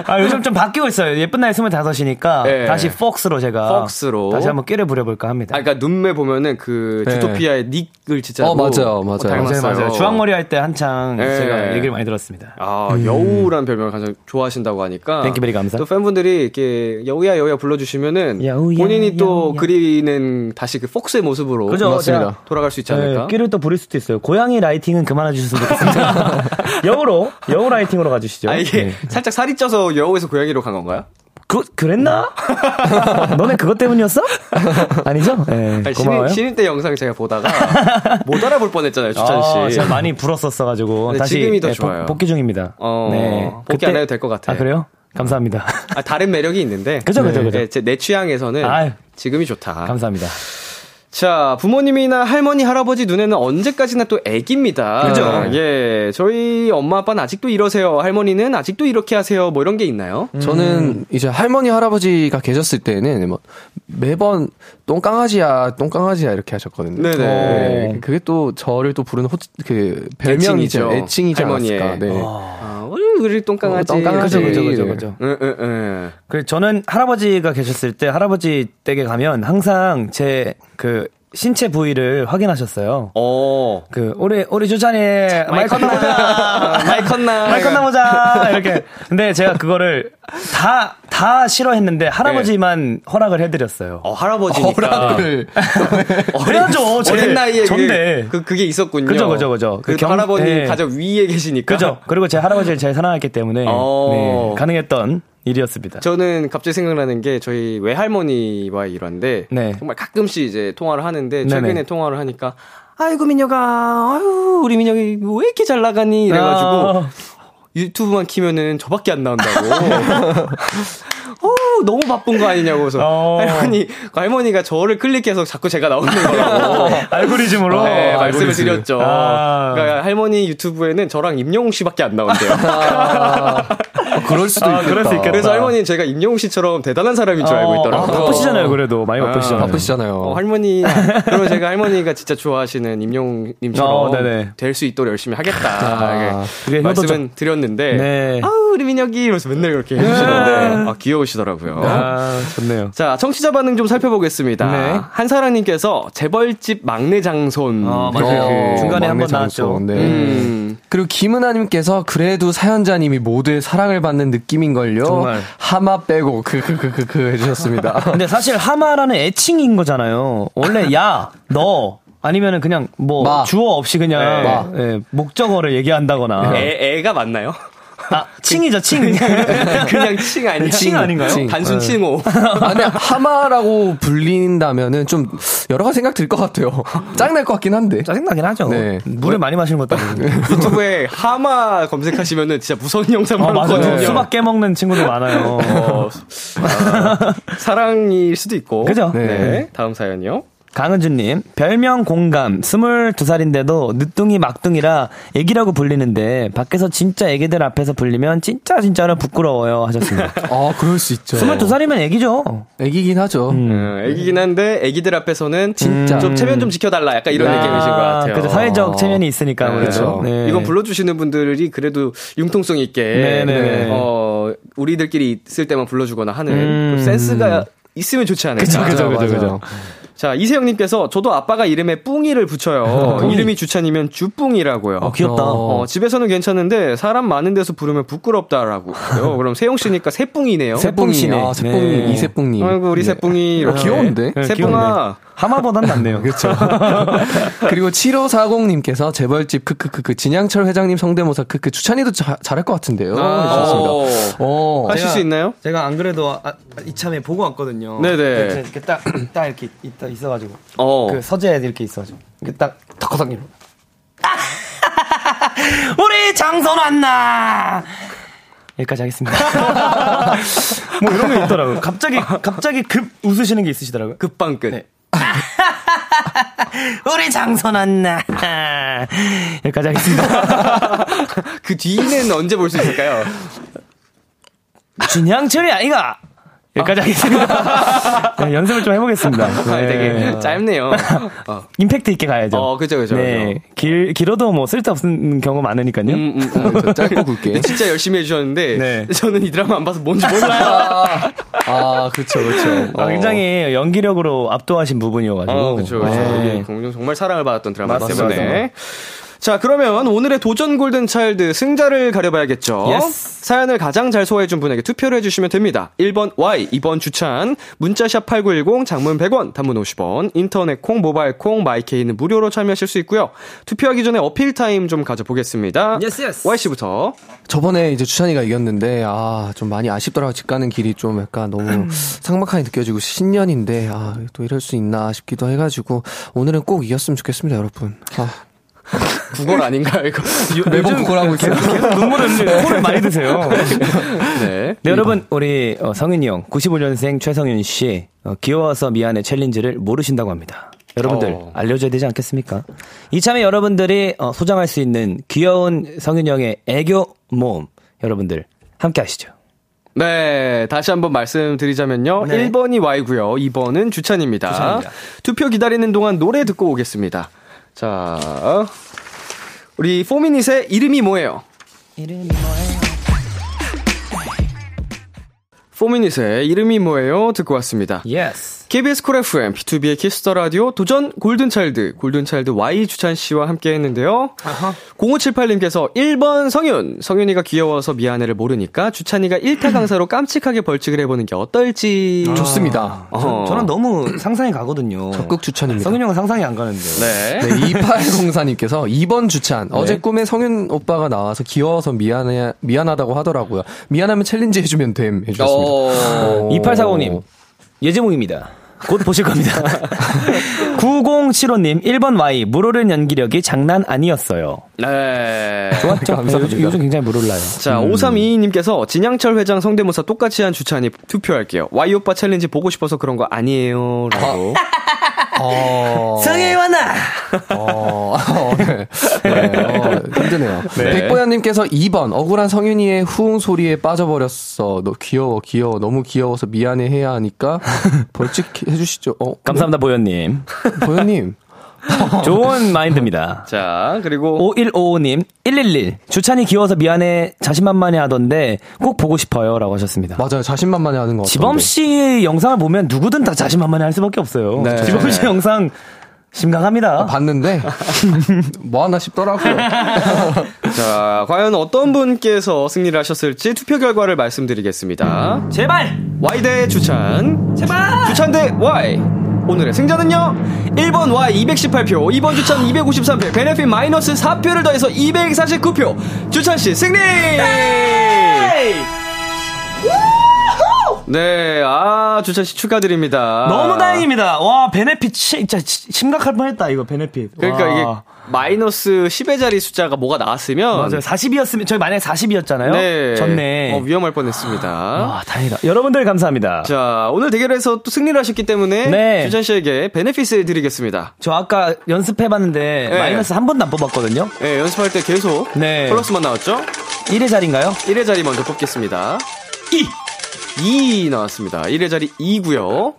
Speaker 5: 아, 요즘 좀 바뀌고 있어요. 예쁜 나이 25이니까
Speaker 2: 네.
Speaker 5: 다시 폭스로 제가
Speaker 2: 폭스로.
Speaker 5: 다시 한번 끼를 부려볼까 합니다.
Speaker 2: 아, 그러니까 눈매 보면은 그
Speaker 4: 네.
Speaker 2: 주토피아의 닉을 진짜
Speaker 4: 어, 맞아요, 맞아요.
Speaker 5: 맞아요,
Speaker 2: 닮았어요.
Speaker 5: 맞아요. 주황머리 할 때 한창
Speaker 2: 그러니까 네.
Speaker 5: 제가 얘기를 많이 들었습니다.
Speaker 2: 아, 여우란 별명을 가장 좋아하신다고 하니까.
Speaker 5: Thank you very 감사.
Speaker 2: 또 팬분들이 이렇게 여우야 여우야 불러주시면은
Speaker 5: 여우야,
Speaker 2: 본인이 또
Speaker 5: 여우야.
Speaker 2: 그리는 다시 그 폭스의 모습으로
Speaker 5: 그죠, 맞습니다.
Speaker 2: 제가 돌아갈 수 있지 않을까?
Speaker 5: 네, 끼를 또 부릴 수도 있어요. 고양이 라이팅은 그만해 주셨으면 좋겠습니다. 여우로, 여우 라이팅으로 가주시죠.
Speaker 2: 아, 이게
Speaker 5: 네.
Speaker 2: 살짝 살이 쪄서 여우에서 고양이로 간 건가요?
Speaker 5: 그, 그랬나? 너네 그것 때문이었어? 아니죠? 예.
Speaker 2: 아니, 네,
Speaker 5: 고마워요.
Speaker 2: 신인, 신인 때 영상 제가 보다가 못 알아볼 뻔했잖아요, 주찬 씨.
Speaker 5: 아, 제가 많이 불었었어가지고
Speaker 2: 근데
Speaker 5: 다시
Speaker 2: 지금이 더
Speaker 5: 예,
Speaker 2: 좋아요.
Speaker 5: 복, 복귀 중입니다.
Speaker 2: 어, 복귀 안 해도 될것 같아요. 어.
Speaker 5: 아 그래요? 감사합니다.
Speaker 2: 아, 다른 매력이 있는데. 네,
Speaker 5: 그죠, 그죠, 그죠.
Speaker 2: 제, 내 취향에서는
Speaker 5: 아유.
Speaker 2: 지금이 좋다.
Speaker 5: 감사합니다.
Speaker 2: 자, 부모님이나 할머니, 할아버지 눈에는 언제까지나 또 애기입니다.
Speaker 5: 그죠?
Speaker 2: 예. 저희 엄마, 아빠는 아직도 이러세요. 할머니는 아직도 이렇게 하세요. 뭐 이런 게 있나요?
Speaker 4: 저는 이제 할머니 할아버지가 계셨을 때는 뭐 매번 똥강아지야 똥강아지야 이렇게 하셨거든요.
Speaker 2: 네네.
Speaker 4: 네, 그게 또 저를 또 부르는 호그 별명이죠.
Speaker 2: 애칭이죠.
Speaker 4: 애칭이지
Speaker 2: 할머니의.
Speaker 4: 않았을까. 네.
Speaker 2: 아, 우리, 우리 똥강아지. 예,
Speaker 4: 어, 똥강아지.
Speaker 5: 그죠, 그죠, 그죠,
Speaker 4: 네.
Speaker 5: 그죠.
Speaker 2: 응, 응, 응.
Speaker 5: 그 저는 할아버지가 계셨을 때 할아버지 댁에 가면 항상 제 그 신체 부위를 확인하셨어요.
Speaker 2: 어.
Speaker 5: 그 우리 우리 주찬이
Speaker 2: 많이 컸나? 많이 컸나?
Speaker 5: 말컷 나보자 이렇게. 근데 제가 그거를 다 다 싫어했는데 할아버지만 허락을 해드렸어요.
Speaker 2: 네. 어, 할아버지니까.
Speaker 5: 어, 그래야죠. 제-
Speaker 2: 네. 어린 나이에
Speaker 5: 전데.
Speaker 2: 그게, 그, 그게 있었군요.
Speaker 5: 그죠, 그죠, 그죠.
Speaker 2: 그
Speaker 5: 그 경-
Speaker 2: 할아버지
Speaker 5: 예.
Speaker 2: 가장 위에 계시니까.
Speaker 5: 그죠. 그리고 제 할아버지를 제일 사랑했기 때문에
Speaker 2: 어.
Speaker 5: 네, 가능했던 일이었습니다.
Speaker 2: 저는 갑자기 생각나는 게 저희 외할머니와의 일화인데
Speaker 5: 네.
Speaker 2: 정말 가끔씩 이제 통화를 하는데
Speaker 5: 네네.
Speaker 2: 최근에 통화를 하니까 아이고 민혁아 아유 우리 민혁이 왜 이렇게 잘 나가니 이래가지고
Speaker 5: 아.
Speaker 2: 유튜브만 키면은 저밖에 안 나온다고 어 너무 바쁜 거 아니냐고 해서
Speaker 5: 어.
Speaker 2: 할머니 할머니가 저를 클릭해서 자꾸 제가 나오는 거라고
Speaker 5: 알고리즘으로
Speaker 2: 네, 말씀을 드렸죠.
Speaker 5: 어, 아.
Speaker 2: 그러니까 할머니 유튜브에는 저랑 임영웅 씨밖에 안 나온대요.
Speaker 4: 어, 그럴 수도
Speaker 5: 아,
Speaker 4: 있겠다.
Speaker 5: 그럴 수 있겠다.
Speaker 2: 그래서 할머니는 제가 임영웅 씨처럼 대단한 사람인 줄 알고 있더라고요.
Speaker 5: 아, 바쁘시잖아요, 그래도 많이 바쁘시잖아요.
Speaker 4: 바쁘시잖아요.
Speaker 2: 어, 할머니 그리고 제가 할머니가 진짜 좋아하시는 임영웅님처럼
Speaker 5: 어, 네네. 아,
Speaker 2: 될 수 있도록 열심히 하겠다 아,
Speaker 5: 그게
Speaker 2: 이게 말씀은
Speaker 5: 효도죠.
Speaker 2: 드렸는데
Speaker 5: 네.
Speaker 2: 아우 우리 민혁이 이러면서 맨날 그렇게 해주시는데 아, 귀여우시더라고요.
Speaker 5: 아, 좋네요.
Speaker 2: 자 청취자 반응 좀 살펴보겠습니다.
Speaker 5: 네.
Speaker 2: 한사랑님께서 재벌집 막내 장손
Speaker 5: 아, 맞아요.
Speaker 4: 어,
Speaker 5: 중간에
Speaker 4: 막내
Speaker 5: 한번
Speaker 4: 장소.
Speaker 5: 나왔죠.
Speaker 4: 네.
Speaker 2: 음.
Speaker 4: 그리고 김은아님께서 그래도 사연자님이 모두의 사랑을 받는 느낌인걸요.
Speaker 5: 정말.
Speaker 4: 하마 빼고 그그그그그 해주셨습니다.
Speaker 5: 근데 사실 하마라는 애칭인 거잖아요. 원래 야, 너 아니면은 그냥 뭐
Speaker 4: 마.
Speaker 5: 주어 없이 그냥
Speaker 4: 마.
Speaker 5: 예, 목적어를 얘기한다거나
Speaker 2: 애, 애가 맞나요?
Speaker 5: 아, 칭이죠, 칭.
Speaker 2: 그냥 칭 네. 아니야?
Speaker 5: 네, 칭 아닌가요?
Speaker 4: 칭.
Speaker 2: 단순 칭호. 뭐.
Speaker 4: 아, 근데 하마라고 불린다면은 좀 여러 가지 생각 들 것 같아요. 짱날 것 같긴 한데.
Speaker 5: 짜증나긴 하죠.
Speaker 4: 네.
Speaker 5: 물을 많이 마시는 것도 아니고.
Speaker 2: 유튜브에 하마 검색하시면은 진짜 무서운 영상
Speaker 5: 아,
Speaker 2: 많거든요.
Speaker 5: 맞아요. 수박 깨먹는 친구들 많아요.
Speaker 2: 어, 아, 사랑일 수도 있고.
Speaker 5: 그죠?
Speaker 2: 네.
Speaker 5: 네.
Speaker 2: 다음 사연이요.
Speaker 5: 강은주님, 별명 공감, 22살인데도 늦둥이 막둥이라 애기라고 불리는데, 밖에서 진짜 애기들 앞에서 불리면 진짜 진짜로 부끄러워요 하셨습니다.
Speaker 4: 아, 그럴 수 있죠.
Speaker 5: 22살이면 애기죠?
Speaker 4: 애기긴 하죠.
Speaker 2: 음, 애기긴 한데 애기들 앞에서는
Speaker 4: 진짜.
Speaker 2: 좀 체면 좀 지켜달라 약간 이런
Speaker 5: 음. 아,
Speaker 2: 느낌이신 것 같아요. 어.
Speaker 5: 그죠. 사회적 체면이 있으니까
Speaker 4: 네.
Speaker 5: 네. 아무래도.
Speaker 2: 그렇죠. 이건 불러주시는 분들이 그래도 융통성 있게
Speaker 5: 네네네.
Speaker 2: 어 우리들끼리 있을 때만 불러주거나 하는 그 센스가 있으면 좋지 않을까.
Speaker 4: 음. 그죠, 그죠, 그죠.
Speaker 2: 자 이세영님께서 저도 아빠가 이름에 뿡이를
Speaker 4: 어,
Speaker 2: 붙여요. 이름이 주찬이면 주뿡이라고요.
Speaker 5: 어, 귀엽다.
Speaker 2: 어, 집에서는 괜찮은데 사람 많은 데서 부르면 부끄럽다라고. 해요. 그럼 세영 씨니까 새뿡이네요.
Speaker 4: 새뽕이네. 아, 새뽕이,
Speaker 5: 네.
Speaker 4: 이새뽕님.
Speaker 2: 아이고 우리
Speaker 4: 네.
Speaker 2: 새뿡이 이렇게.
Speaker 4: 귀여운데?
Speaker 5: 네,
Speaker 2: 새뿡아.
Speaker 5: 하마보단 낫네요. 그렇죠.
Speaker 4: 그리고 7540님께서 재벌집 크크크크 진양철 회장님 성대모사 크크 추찬이도 자- 잘할 것 같은데요.
Speaker 2: 아,
Speaker 5: 아.
Speaker 2: 오.
Speaker 4: 해주셨습니다. 어.
Speaker 2: 하실 수 있나요?
Speaker 5: 제가 안 그래도 아, 아, 이참에 보고 왔거든요.
Speaker 2: 네네.
Speaker 5: 이렇게, 이렇게 딱, 딱 이렇게 있, 있어가지고.
Speaker 2: 어.
Speaker 5: 그 서재에 이렇게 있어가지고. 이렇게 딱, 턱커덕이로. 우리 장선 안나! 여기까지 하겠습니다. 뭐 이런 게 있더라고요. 갑자기, 갑자기 급 웃으시는 게 있으시더라고요.
Speaker 2: 급방 끝.
Speaker 5: 우리 장선 안나! 여기까지 하겠습니다.
Speaker 2: 그 뒤는 언제 볼 수 있을까요?
Speaker 5: 준양철이 아이가! 여기까지 하겠습니다. 네, 연습을 좀 해보겠습니다.
Speaker 2: 아, 되게
Speaker 5: 네.
Speaker 2: 짧네요. 어.
Speaker 5: 임팩트 있게 가야죠.
Speaker 2: 어, 그죠, 그죠,
Speaker 5: 네.
Speaker 2: 그죠.
Speaker 5: 길, 길어도 뭐 쓸데없는 경우 많으니까요.
Speaker 2: 음, 음, 음.
Speaker 4: 짧고 굵게.
Speaker 2: 근데 진짜 열심히 해주셨는데
Speaker 5: 네.
Speaker 2: 저는 이 드라마 안 봐서 뭔지 몰라요.
Speaker 4: 아, 아, 그쵸, 그쵸.
Speaker 5: 아, 굉장히 연기력으로 압도하신 부분이어가지고.
Speaker 2: 어, 그렇죠.
Speaker 5: 네.
Speaker 2: 공룡 정말 사랑을 받았던 드라마
Speaker 5: 맞습니다.
Speaker 2: 때문에. 자, 그러면 오늘의 도전 골든 차일드 승자를 가려봐야겠죠.
Speaker 5: Yes.
Speaker 2: 사연을 가장 잘 소화해준 분에게 투표를 해주시면 됩니다. 1번 Y, 2번 주찬, 문자샵 8910, 장문 100원, 단문 50원, 인터넷 콩, 모바일 콩, 마이케이는 무료로 참여하실 수 있고요. 투표하기 전에 어필 타임 좀 가져보겠습니다.
Speaker 5: Yes, yes.
Speaker 2: Y씨부터.
Speaker 4: 저번에 이제 추찬이가 이겼는데 아 좀 많이 아쉽더라고 집 가는 길이 좀 약간 너무 상막하게 느껴지고 신년인데 아 또 이럴 수 있나 싶기도 해가지고 오늘은 꼭 이겼으면 좋겠습니다 여러분 아,
Speaker 2: 구걸 아닌가, 이거.
Speaker 4: 매번 그걸 하고 있어요
Speaker 5: 눈물을 코를 많이 드세요.
Speaker 2: 네.
Speaker 5: 네, 여러분 우리 어, 성윤이 형 95년생 최성윤 씨 어, 귀여워서 미안해 챌린지를 모르신다고 합니다. 여러분들
Speaker 2: 어.
Speaker 5: 알려줘야 되지 않겠습니까? 이참에 여러분들이 어, 소장할 수 있는 귀여운 성윤이 형의 애교 모음 여러분들 함께 하시죠.
Speaker 2: 네, 다시 한번 말씀드리자면요. 1번이 Y고요. 2번은 네. 주찬입니다. 투표 기다리는 동안 노래 듣고 오겠습니다. 자, 우리 포미닛의 이름이 뭐예요? 포미닛의 이름이 뭐예요? 듣고 왔습니다.
Speaker 5: Yes.
Speaker 2: KBS 쿨 FM, B2B의 키스터 라디오, 도전 골든차일드, 골든차일드 Y 주찬 씨와 함께 했는데요. 0578님께서 1번 성윤, 성윤이가 귀여워서 미안해를 모르니까 주찬이가 1타 강사로 깜찍하게 벌칙을 해보는 게 어떨지.
Speaker 4: 아, 좋습니다
Speaker 2: 어.
Speaker 5: 저는 너무 상상이 가거든요.
Speaker 4: 적극 추천입니다
Speaker 5: 성윤이 형은 상상이 안 가는데.
Speaker 2: 네.
Speaker 4: 네, 2804님께서 2번 주찬. 어제 꿈에 성윤 오빠가 나와서 귀여워서 미안해, 미안하다고 하더라고요. 미안하면 챌린지 해주면 됨. 해주셨습니다. 오.
Speaker 5: 2845님, 예지몽입니다. 곧 보실 겁니다. 9075님, 1번 Y, 물 오른 연기력이 장난 아니었어요.
Speaker 2: 네.
Speaker 5: 맞죠? 요즘, 요즘 굉장히 물 올라요. 음.
Speaker 2: 자, 5322님께서 진양철 회장 성대모사 똑같이 한 주찬이 투표할게요. Y 오빠 챌린지 보고 싶어서 그런 거 아니에요. 라고.
Speaker 4: 어, 어, 네. 네, 어, 힘드네요. 백보현님께서 2번. 억울한 성윤이의 후웅 소리에 빠져버렸어. 너 귀여워, 귀여워. 너무 귀여워서 미안해 해야 하니까 벌칙 해주시죠. 어,
Speaker 5: 감사합니다, 보현님.
Speaker 4: 네, 보현님.
Speaker 5: 좋은 마인드입니다.
Speaker 2: 자, 그리고
Speaker 5: 5155님, 111. 주찬이 귀여워서 미안해, 자신만만해 하던데 꼭 보고 싶어요. 라고 하셨습니다.
Speaker 4: 맞아요. 자신만만해 하는 것 같아요.
Speaker 5: 지범 씨 영상을 보면 누구든 다 자신만만해 할 수밖에 없어요.
Speaker 4: 네.
Speaker 5: 지범 씨 영상
Speaker 2: 아,
Speaker 5: 심각합니다.
Speaker 4: 봤는데, 뭐 하나 싶더라고요.
Speaker 2: 자, 과연 어떤 분께서 승리를 하셨을지 투표 결과를 말씀드리겠습니다.
Speaker 5: 제발!
Speaker 2: Y 대 주찬.
Speaker 5: 제발!
Speaker 2: 주찬 대 Y. 오늘의 승자는요? 1번 Y 218표, 2번 주찬 253표, 베네핏 마이너스 4표를 더해서 249표. 주찬 씨 승리! 네, 아, 주찬 씨 축하드립니다.
Speaker 5: 너무 다행입니다. 와, 베네핏 진짜 시- 심각할 뻔했다 이거 베네핏.
Speaker 2: 그러니까
Speaker 5: 와.
Speaker 2: 이게 마이너스 10의 자리 숫자가 뭐가 나왔으면
Speaker 5: 맞아요. 40이었으면 저희 만약에 40이었잖아요.
Speaker 2: 네.
Speaker 5: 졌네.
Speaker 2: 어, 위험할 뻔했습니다.
Speaker 4: 아.
Speaker 5: 와, 다행이다. 여러분들 감사합니다. 저,
Speaker 2: 자, 오늘 대결에서 또 승리를 하셨기 때문에
Speaker 5: 네.
Speaker 2: 주찬 씨에게 베네핏을 드리겠습니다.
Speaker 5: 아까 연습해 봤는데
Speaker 2: 네.
Speaker 5: 마이너스 한 번도 안 뽑았거든요.
Speaker 2: 예, 연습할 때 계속
Speaker 5: 네.
Speaker 2: 플러스만 나왔죠?
Speaker 5: 1의 자리인가요?
Speaker 2: 1의 자리 먼저 뽑겠습니다. 2! 2 나왔습니다. 1의 자리 2고요.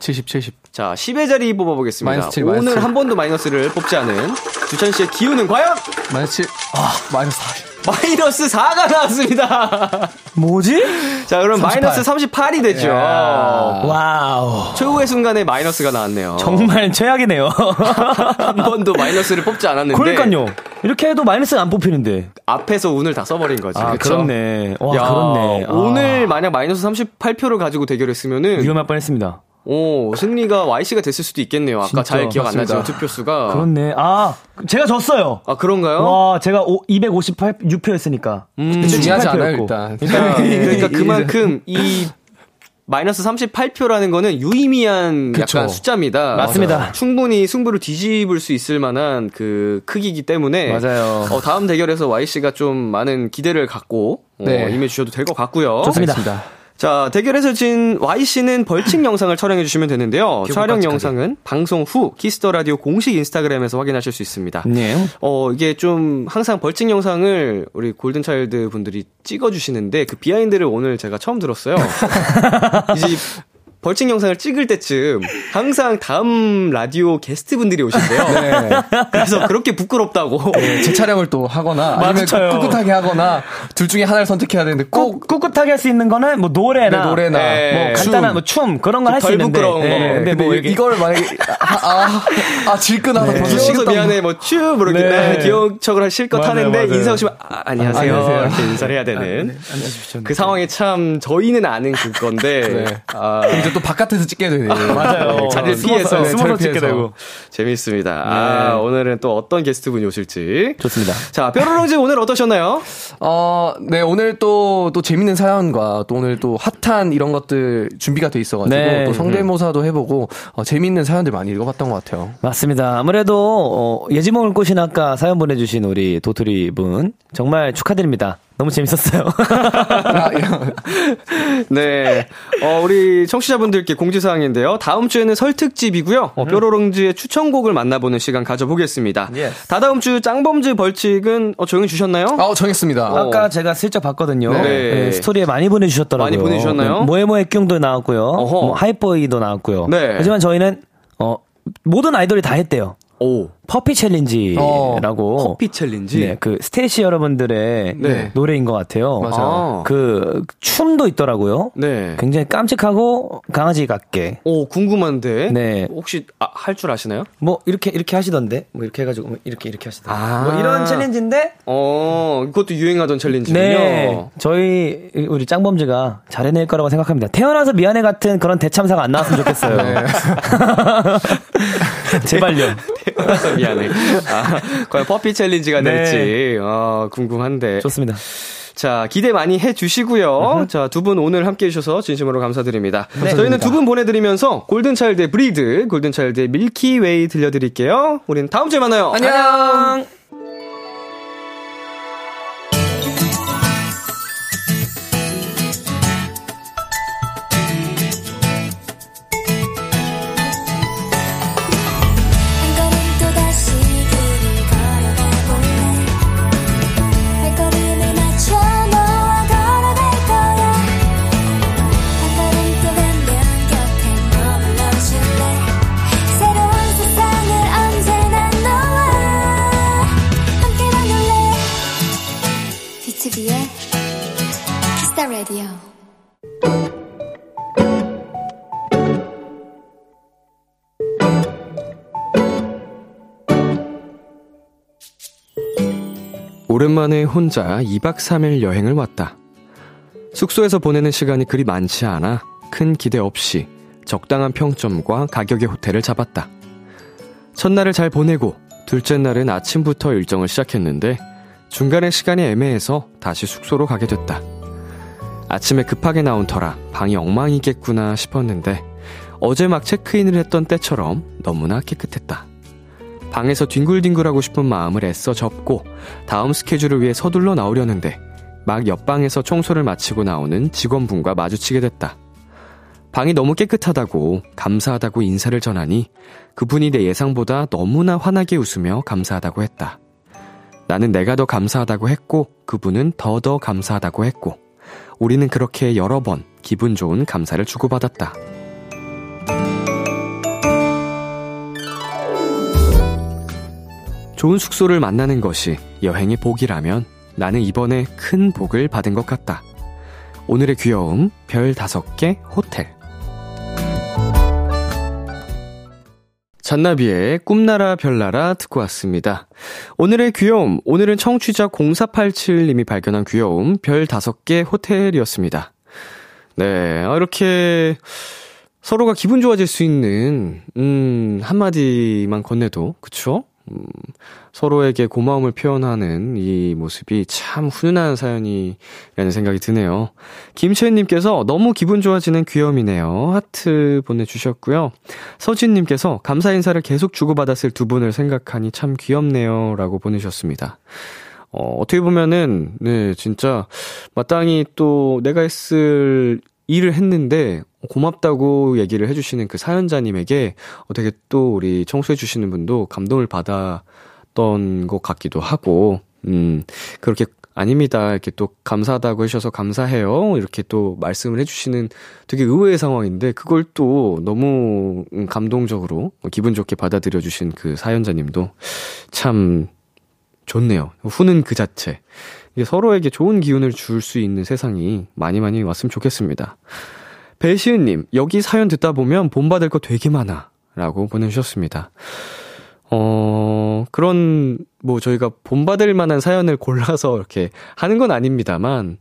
Speaker 4: 70, 70.
Speaker 2: 자, 10의 자리 뽑아보겠습니다.
Speaker 4: 마이너스 칠, 마이너스
Speaker 2: 오늘
Speaker 4: 칠.
Speaker 2: 한 번도 마이너스를 뽑지 않은 주찬 씨의 기운은 과연
Speaker 4: 마이너스 7. 아, 마이너스 40.
Speaker 2: 마이너스 4가 나왔습니다. 뭐지? 자, 그럼 마이너스 38이 됐죠.
Speaker 5: 와우.
Speaker 2: 최후의 순간에 마이너스가 나왔네요.
Speaker 5: 아. 정말 최악이네요.
Speaker 2: 한 번도 마이너스를 뽑지 않았는데
Speaker 5: 그러니까요. 이렇게 해도 마이너스 안 뽑히는데.
Speaker 2: 앞에서 운을 다 써버린 거지.
Speaker 5: 아,
Speaker 2: 그쵸?
Speaker 5: 그렇네. 와,
Speaker 2: 야,
Speaker 5: 그렇네. 아,
Speaker 2: 오늘 만약 마이너스 38표를 가지고 대결했으면은
Speaker 5: 위험할 뻔했습니다.
Speaker 2: 어. 오, 승리가 Y씨가 됐을 수도 있겠네요. 아까 잘 기억 안
Speaker 4: 맞습니다.
Speaker 2: 나지만 투표수가.
Speaker 5: 그렇네. 아, 제가 졌어요.
Speaker 2: 아, 그런가요?
Speaker 5: 와, 제가 258 6표였으니까.
Speaker 2: 음,
Speaker 4: 중요하지 않아요, 일단.
Speaker 2: 자,
Speaker 5: 네. 예,
Speaker 2: 그러니까 그만큼 이 마이너스 38표라는 거는 유의미한 약간
Speaker 4: 그쵸.
Speaker 2: 숫자입니다.
Speaker 5: 맞습니다.
Speaker 2: 맞아요. 충분히 승부를 뒤집을 수 있을 만한 그 크기이기 때문에
Speaker 5: 맞아요.
Speaker 2: 어, 다음 대결에서 Y씨가 좀 많은 기대를 갖고 어,
Speaker 4: 네.
Speaker 2: 임해주셔도 될 것 같고요.
Speaker 5: 좋습니다.
Speaker 2: 자, 대결에서 진 Y씨는 벌칙 영상을 촬영해주시면 되는데요. 촬영 영상은 방송 후 키스터 라디오 공식 인스타그램에서 확인하실 수 있습니다.
Speaker 5: 네.
Speaker 2: 어, 이게 좀 항상 벌칙 영상을 우리 골든차일드 분들이 찍어주시는데 그 비하인드를 오늘 제가 처음 들었어요. 이제 벌칙 영상을 찍을 때쯤 항상 다음 라디오 게스트분들이 오신대요. 그래서 그렇게 부끄럽다고.
Speaker 4: 네. 재촬영을 또 하거나 아니면
Speaker 5: 맞아요.
Speaker 4: 꿋꿋하게 하거나 둘 중에 하나를 선택해야 되는데
Speaker 5: 꾹,
Speaker 4: 꼭
Speaker 5: 꿋꿋하게 할 수 있는 거는 뭐 노래나,
Speaker 4: 네, 노래나
Speaker 5: 뭐
Speaker 2: 예.
Speaker 5: 간단한 뭐 춤 그런 걸 할 수
Speaker 2: 덜
Speaker 5: 있는데
Speaker 2: 부끄러운 거. 네,
Speaker 5: 예, 근데 뭐 이게
Speaker 4: 네. 이걸 만약에 아, 아, 아 질끈하다 벌써
Speaker 2: 귀여워서
Speaker 4: 식은땀
Speaker 2: 미안해, 뭐, 츄, 뭐, 이렇게,
Speaker 5: 네.
Speaker 2: 네, 귀여운 척을 할 실컷
Speaker 5: 맞아요,
Speaker 2: 하는데,
Speaker 5: 맞아요.
Speaker 2: 인사하시면, 아, 안녕하세요.
Speaker 4: 안녕하세요.
Speaker 2: 이렇게 인사를 해야 되는. 그 상황이 참, 저희는 아는 그건데,
Speaker 4: 네.
Speaker 2: 아,
Speaker 4: 그럼 이제 또 바깥에서 찍게 되네요.
Speaker 5: 맞아요.
Speaker 2: 자리를
Speaker 5: 숨어서-
Speaker 2: 피해서,
Speaker 5: 네, 숨어서
Speaker 4: 자리를
Speaker 5: 찍게
Speaker 4: 피해서.
Speaker 5: 되고.
Speaker 2: 재밌습니다. 아, 오늘은 또 어떤 게스트분이 오실지.
Speaker 5: 네. 좋습니다.
Speaker 2: 자, 뾰로롱즈 오늘 어떠셨나요?
Speaker 4: 어, 네, 오늘 또, 또 재밌는 사연과 또 오늘 또 핫한 이런 것들 준비가 돼 있어가지고
Speaker 5: 네.
Speaker 4: 또 성대모사도 해보고 어, 재밌는 사연들 많이 읽어봤던 것 같아요.
Speaker 5: 맞습니다. 아무래도 어, 예지몽을 꾸신 아까 사연 보내주신 우리 도토리 분 정말 축하드립니다. 너무 재밌었어요.
Speaker 2: 네. 어, 우리 청취자분들께 공지사항인데요. 다음 주에는 설특집이고요.
Speaker 5: 음.
Speaker 2: 어, 뾰로롱즈의 추천곡을 만나보는 시간 가져보겠습니다.
Speaker 5: Yes.
Speaker 2: 다다음 주 짱범즈 벌칙은, 어, 조용히 주셨나요?
Speaker 4: 아, 어, 정했습니다.
Speaker 5: 아까 제가 슬쩍 봤거든요.
Speaker 2: 네.
Speaker 5: 네, 스토리에 많이 보내주셨더라고요.
Speaker 2: 많이 보내주셨나요?
Speaker 5: 네, 모에모에 꿍도 나왔고요.
Speaker 2: 어허.
Speaker 5: 뭐 하이보이도 나왔고요.
Speaker 2: 네.
Speaker 5: 하지만 저희는 어, 모든 아이돌이 다 했대요.
Speaker 2: 오.
Speaker 5: 퍼피 챌린지라고.
Speaker 2: 커피 챌린지.
Speaker 5: 네, 그 스테이시 여러분들의
Speaker 2: 네.
Speaker 5: 노래인 것 같아요.
Speaker 2: 맞아요.
Speaker 5: 그 춤도 있더라고요.
Speaker 2: 네.
Speaker 5: 굉장히 깜찍하고 강아지 같게.
Speaker 2: 오, 궁금한데.
Speaker 5: 네.
Speaker 2: 혹시 할 줄 아시나요?
Speaker 5: 뭐 이렇게 이렇게 하시던데. 뭐 이렇게 해가지고 뭐 이렇게 이렇게 하시던데.
Speaker 2: 아.
Speaker 5: 뭐 이런 챌린지인데.
Speaker 2: 어, 그것도 유행하던 챌린지군요.
Speaker 5: 네, 저희 우리 짱범즈가 잘해낼 거라고 생각합니다. 태어나서 미안해 같은 그런 대참사가 안 나왔으면 좋겠어요.
Speaker 2: 네.
Speaker 5: 제발요.
Speaker 2: 태어나서 미안해. 아, 과연 퍼피 챌린지가
Speaker 5: 네.
Speaker 2: 될지 어, 궁금한데.
Speaker 5: 좋습니다.
Speaker 2: 자, 기대 많이 해 주시고요. 자, 두 분 오늘 함께 해 주셔서 진심으로 감사드립니다. 저희는 두 분 보내 드리면서 골든 차일드의 브리드, 골든 차일드의 밀키웨이 들려 드릴게요. 우리는 다음 주에 만나요.
Speaker 4: 안녕!
Speaker 8: 한 걸음 또다시 길을 걸어가 볼래 발걸음을 맞춰 너와 걸어갈 거야 한 걸음 또 가면 곁에 머물러 줄래 새로운 세상을 언제나 너와 함께 만들래 비투비의 키스타 라디오
Speaker 2: 오랜만에 혼자 2박 3일 여행을 왔다. 숙소에서 보내는 시간이 그리 많지 않아 큰 기대 없이 적당한 평점과 가격의 호텔을 잡았다. 첫날을 잘 보내고 둘째 날은 아침부터 일정을 시작했는데 중간에 시간이 애매해서 다시 숙소로 가게 됐다. 아침에 급하게 나온 터라 방이 엉망이겠구나 싶었는데 어제 막 체크인을 했던 때처럼 너무나 깨끗했다. 방에서 뒹굴뒹굴하고 싶은 마음을 애써 접고 다음 스케줄을 위해 서둘러 나오려는데 막 옆방에서 청소를 마치고 나오는 직원분과 마주치게 됐다. 방이 너무 깨끗하다고 감사하다고 인사를 전하니 그분이 내 예상보다 너무나 환하게 웃으며 감사하다고 했다. 나는 내가 더 감사하다고 했고 그분은 더더 감사하다고 했고 우리는 그렇게 여러 번 기분 좋은 감사를 주고받았다. 좋은 숙소를 만나는 것이 여행의 복이라면 나는 이번에 큰 복을 받은 것 같다. 오늘의 귀여움, 별 다섯 개 호텔. 잔나비의 꿈나라 별나라 듣고 왔습니다. 오늘의 귀여움, 오늘은 청취자 0487님이 발견한 귀여움, 별 다섯 개 호텔이었습니다. 네, 아, 이렇게 서로가 기분 좋아질 수 있는, 음, 한마디만 건네도, 그쵸? 음, 서로에게 고마움을 표현하는 이 모습이 참 훈훈한 사연이라는 생각이 드네요. 김채은님께서 너무 기분 좋아지는 귀염이네요. 하트 보내주셨고요. 서진님께서 감사 인사를 계속 주고받았을 두 분을 생각하니 참 귀엽네요. 라고 보내셨습니다. 어, 어떻게 보면은, 네, 진짜, 마땅히 또 내가 했을 일을 했는데, 고맙다고 얘기를 해주시는 그 사연자님에게 어, 되게 또 우리 청소해주시는 분도 감동을 받았던 것 같기도 하고, 음, 그렇게 아닙니다. 이렇게 또 감사하다고 해주셔서 감사해요. 이렇게 또 말씀을 해주시는 되게 의외의 상황인데 그걸 또 너무 음, 감동적으로 기분 좋게 받아들여주신 그 사연자님도 참 좋네요. 후는 그 자체. 이게 서로에게 좋은 기운을 줄 수 있는 세상이 많이 많이 왔으면 좋겠습니다. 배시은님, 여기 사연 듣다 보면 본받을 거 되게 많아. 라고 보내주셨습니다. 어, 그런, 뭐, 저희가 본받을 만한 사연을 골라서 이렇게 하는 건 아닙니다만,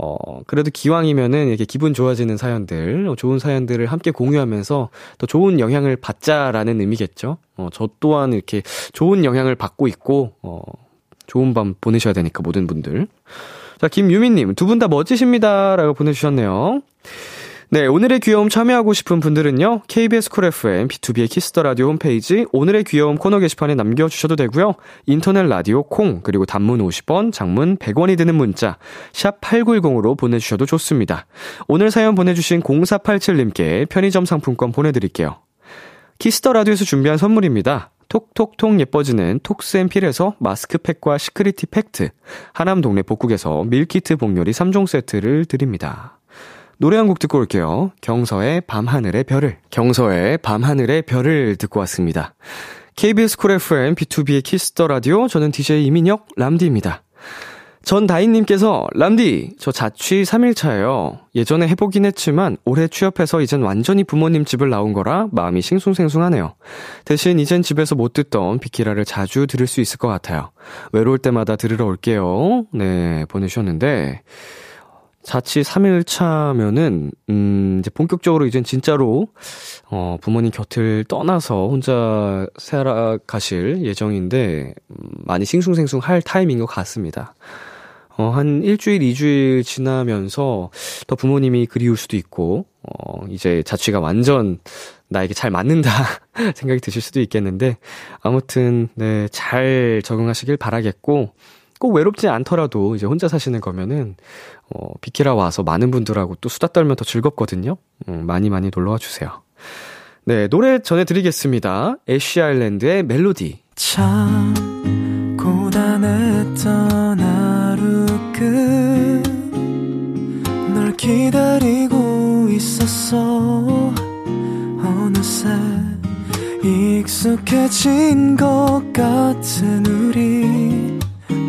Speaker 2: 어, 그래도 기왕이면은 이렇게 기분 좋아지는 사연들, 어, 좋은 사연들을 함께 공유하면서 더 좋은 영향을 받자라는 의미겠죠? 어, 저 또한 이렇게 좋은 영향을 받고 있고, 어, 좋은 밤 보내셔야 되니까, 모든 분들. 자, 김유민님, 두 분 다 멋지십니다. 라고 보내주셨네요. 네, 오늘의 귀여움 참여하고 싶은 분들은요, KBS 쿨 FM, B2B의 키스터 라디오 홈페이지, 오늘의 귀여움 코너 게시판에 남겨주셔도 되고요, 인터넷 라디오 콩, 그리고 단문 50원, 장문 100원이 드는 문자, 샵8910으로 보내주셔도 좋습니다. 오늘 사연 보내주신 0487님께 편의점 상품권 보내드릴게요. 키스터 라디오에서 준비한 선물입니다. 톡톡톡 예뻐지는 톡스앤필에서 마스크팩과 시크리티 팩트, 하남 동네 복국에서 밀키트 복요리 3종 세트를 드립니다. 노래 한 곡 듣고 올게요. 경서의 밤하늘의 별을. 경서의 밤하늘의 별을 듣고 왔습니다. KBS 쿨 FM B2B의 키스터 라디오 저는 DJ 이민혁 람디입니다. 전 다인님께서 람디 저 자취 3일차예요. 예전에 해보긴 했지만 올해 취업해서 이젠 완전히 부모님 집을 나온 거라 마음이 싱숭생숭하네요. 대신 이젠 집에서 못 듣던 비키라를 자주 들을 수 있을 것 같아요. 외로울 때마다 들으러 올게요. 네 보내주셨는데 자취 3일 차면은 음 이제 본격적으로 이젠 진짜로 어 부모님 곁을 떠나서 혼자 살아가실 예정인데 음, 많이 싱숭생숭할 타임인 것 같습니다. 어, 한 일주일, 이주일 지나면서 더 부모님이 그리울 수도 있고, 어, 이제 자취가 완전 나에게 잘 맞는다 생각이 드실 수도 있겠는데, 아무튼, 네, 잘 적응하시길 바라겠고, 꼭 외롭지 않더라도 이제 혼자 사시는 거면은, 어, 비키라 와서 많은 분들하고 또 수다 떨면 더 즐겁거든요? 음, 많이 많이 놀러와 주세요. 네, 노래 전해드리겠습니다. 애쉬 아일랜드의 멜로디.
Speaker 3: 참 고단했던 하루 끝널 기다리고 있었어 어느새 익숙해진 것 같은 우리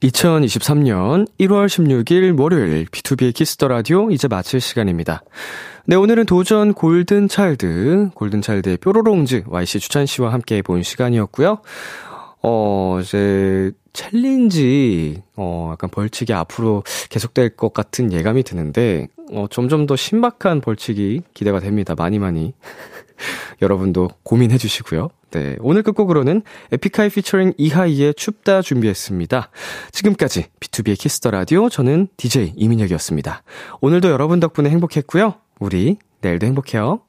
Speaker 2: 2023년 1월 16일 월요일 B2B의 키스터 라디오 이제 마칠 시간입니다. 네, 오늘은 도전 골든 차일드, 골든 차일드의 뾰로롱즈 YC 추찬 씨와 함께 해본 시간이었고요. 어, 이제 챌린지 어 약간 벌칙이 앞으로 계속될 것 같은 예감이 드는데 어 점점 더 신박한 벌칙이 기대가 됩니다. 많이 많이 여러분도 고민해 주시고요. 네, 오늘 끝곡으로는 에픽하이 피처링 이하이의 춥다 준비했습니다. 지금까지 B2B의 키스터 라디오 저는 DJ 이민혁이었습니다. 오늘도 여러분 덕분에 행복했고요. 우리 내일도 행복해요.